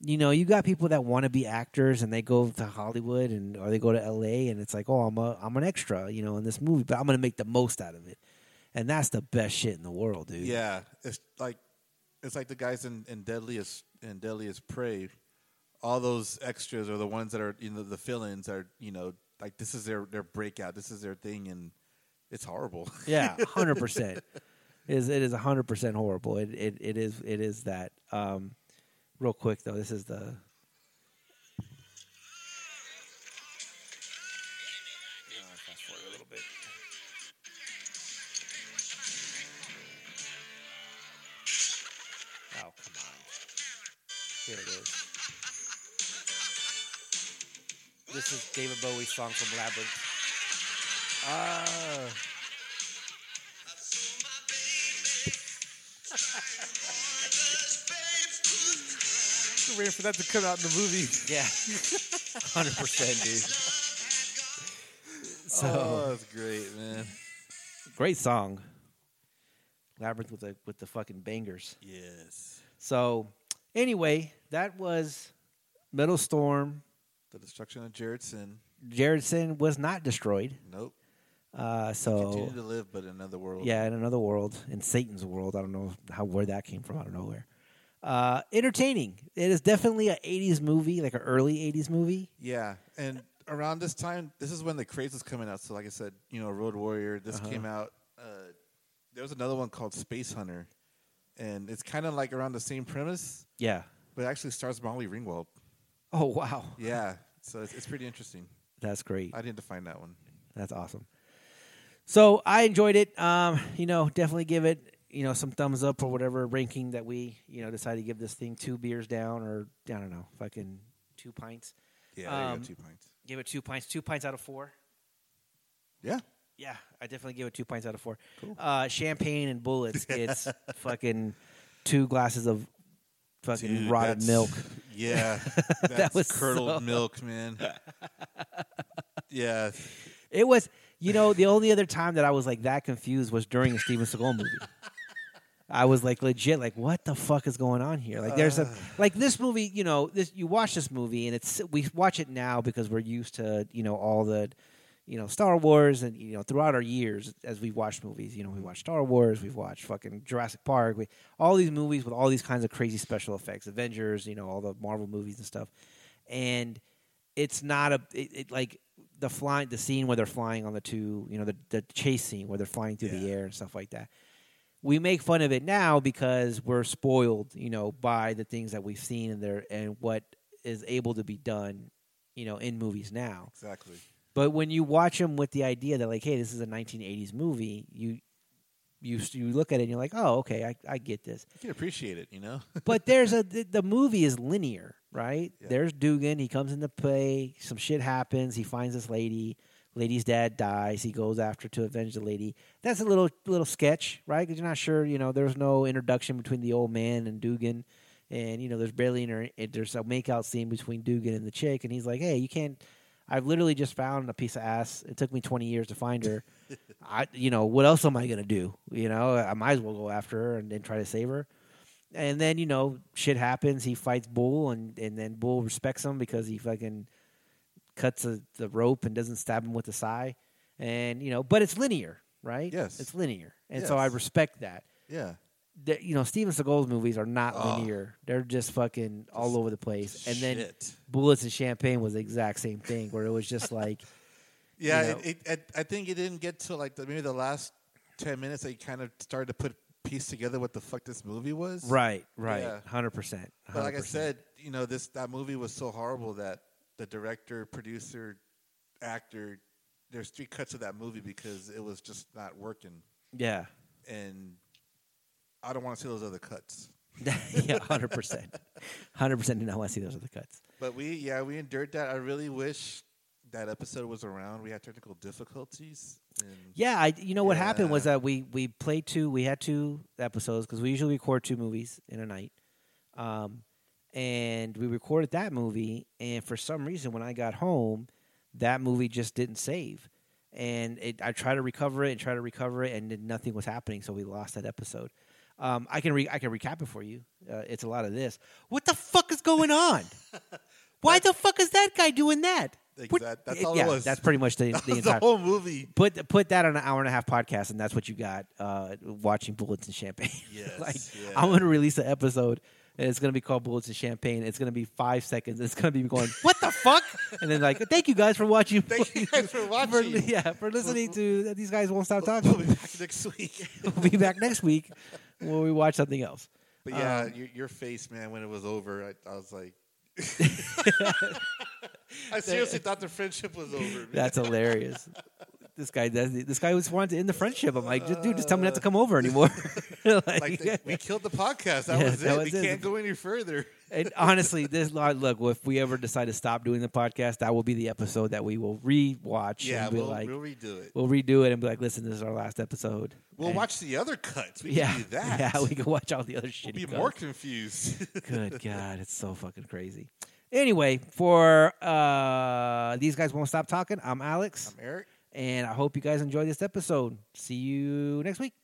A: you know, you got people that want to be actors and they go to Hollywood and or they go to LA and it's like, "Oh, I'm a I'm an extra, you know, in this movie, but I'm going to make the most out of it." And that's the best shit in the world, dude.
B: Yeah, it's like it's like the guys in, in Deadliest in Deadliest Prey. All those extras are the ones that are you know the fill-ins are you know like this is their their breakout. This is their thing, and it's horrible.
A: Yeah, hundred percent. Is it is hundred percent horrible. It, it it is it is that. Um, real quick though, this is the. Oh come on! Here it is. This is David Bowie's song from Labyrinth.
B: Ah, waiting for that to come out in the movie.
A: Yeah, hundred percent, dude. So
B: Oh, that's great, man.
A: great song. Labyrinth with the with the fucking bangers.
B: Yes.
A: So anyway, that was Metal Storm.
B: The destruction of Jared Sin.
A: Jaredson was not destroyed.
B: Nope.
A: Uh,
B: Continue
A: so
B: to live, but in another world.
A: yeah, in another world, in Satan's world. I don't know how where that came from. I don't know where. Uh, entertaining. It is definitely an '80s movie, like an early '80s movie.
B: Yeah, and around this time, this is when the craze was coming out. So, like I said, you know, Road Warrior. This
A: Uh-huh.
B: came out. Uh, there was another one called Space Hunter, and it's kind of like around the same premise,
A: Yeah.
B: but it actually stars Molly Ringwald.
A: Oh wow,
B: Yeah, so it's, it's pretty interesting.
A: that's great.
B: I didn't define that one.
A: That's awesome. So I enjoyed it. Um, you know, definitely give it you know some thumbs up or whatever ranking that we you know decided to give this thing two beers down or I don't know fucking two pints.
B: Yeah, there
A: Um,
B: you go, two points.
A: Give it two pints. Two pints out of four.
B: Yeah,
A: Yeah, I definitely give it two pints out of four.
B: Cool.
A: Uh, champagne and bullets. It's fucking two glasses of fucking
B: Dude,
A: rotted
B: that's-
A: milk.
B: Yeah, that's
A: was
B: curdled
A: so-
B: milk, man. yeah,
A: It was, you know, the only other time that I was like that confused was during a Steven Seagal movie. I was like legit, like what the fuck is going on here? Like there's a like this movie, you know, this you watch this movie and it's we watch it now because we're used to you know all the you know Star Wars and you know throughout our years as we've watched movies, you know we watched Star Wars, we've watched fucking Jurassic Park, we all these movies with all these kinds of crazy special effects, Avengers, you know all the Marvel movies and stuff, and it's not a it, it like the flying the scene where they're flying on the two you know the, the chase scene where they're flying through the
B: Yeah.
A: air and stuff like that we make fun of it now because we're spoiled you know by the things that we've seen in there and what is able to be done you know in movies now
B: exactly.
A: but when you watch them with the idea that like hey this is a 1980s movie you you you look at it and you're like oh okay i, I get this
B: You can appreciate it, you know.
A: but there's a the, the movie is linear, right?
B: Yeah.
A: There's Dugan. He comes into play. Some shit happens. He finds this lady. Lady's dad dies. He goes after to avenge the lady. That's a little little sketch, right? Because you're not sure. You know, there's no introduction between the old man and Dugan, and you know, there's barely an, there's a makeout scene between Dugan and the chick, and he's like, "Hey, you can't." I've literally just found a piece of ass. It took me 20 years to find her. I, you know, what else am I gonna do? You know, I might as well go after her and, and try to save her and then you know shit happens. He fights Bull, and and then Bull respects him because he fucking cuts a, the rope and doesn't stab him with a sigh, and you know. But it's linear, right?
B: Yes.
A: it's linear, and so I
B: Yes.
A: respect that.
B: Yeah,
A: The- you know, Steven Seagal's movies are not
B: Oh.
A: linear; they're just fucking all over the place. And then
B: Shit.
A: Bullets and Champagne was the exact same thing, where it was just like,
B: Yeah,
A: you know?
B: it, it, I I think it didn't get to like the, maybe the last ten minutes. They kind of started to put piece together what the fuck this movie was.
A: right, right,
B: Yeah.
A: hundred percent.
B: But like I said, you know, this that movie was so horrible that the director, producer, actor, there's three cuts of that movie because it was just not working.
A: yeah,
B: And I don't want to see those other cuts.
A: yeah, hundred percent, hundred percent. Did not want to see those other cuts.
B: But we, yeah, we endured that. I really wish that episode was around. We had technical difficulties. And
A: Yeah, I, you know what happened was
B: Yeah.
A: that we we played two. We had two episodes because we usually record two movies in a night, um, and we recorded that movie. And for some reason, when I got home, that movie just didn't save. And it, I tried to recover it and try to recover it, and then nothing was happening. So we lost that episode. Um, I can re- I can recap it for you. Uh, it's a lot of this. What the fuck is going on? Why the fuck is that guy doing that? What-
B: Exact- that's all it
A: yeah,
B: was.
A: That's pretty much the, the
B: the,
A: entire
B: whole movie.
A: put put that on an hour and a half podcast, and that's what you got. Uh, watching bullets and champagne.
B: Yes,
A: like
B: yeah.
A: I'm gonna release an episode, and it's gonna be called bullets and champagne. It's gonna be five seconds. It's gonna be me going what the fuck, and then like thank you guys for watching.
B: Thank you guys for
A: For,
B: watching.
A: yeah, for listening to these guys won't stop
B: We'll
A: talking.
B: be back next week.
A: we'll be back next week when we watch something else.
B: But yeah,
A: Um,
B: your, your face, man, when it was over, I, I was like, I seriously thought the friendship was over. Man.
A: That's hilarious. This guy, does- this guy was wanting to end the friendship. I'm like, dude, just tell me not to come over anymore.
B: like the- we killed the podcast. That
A: Yeah,
B: was it.
A: that
B: we
A: was it.
B: can't go any further.
A: And honestly, this look. If we ever decide to stop doing the podcast, that will be the episode that we will rewatch.
B: yeah,
A: and be
B: we'll,
A: like,
B: we'll redo it.
A: we'll redo it and be like, listen, this is our last episode.
B: We'll
A: And-
B: watch the other cuts. We
A: yeah,
B: can do that.
A: Yeah, we can watch all the other shit.
B: we'll be more confused.
A: Good God, it's so fucking crazy. Anyway, for uh, these guys won't stop talking. I'm Alex,
B: I'm Eric.
A: and I hope you guys enjoyed this episode. See you next week.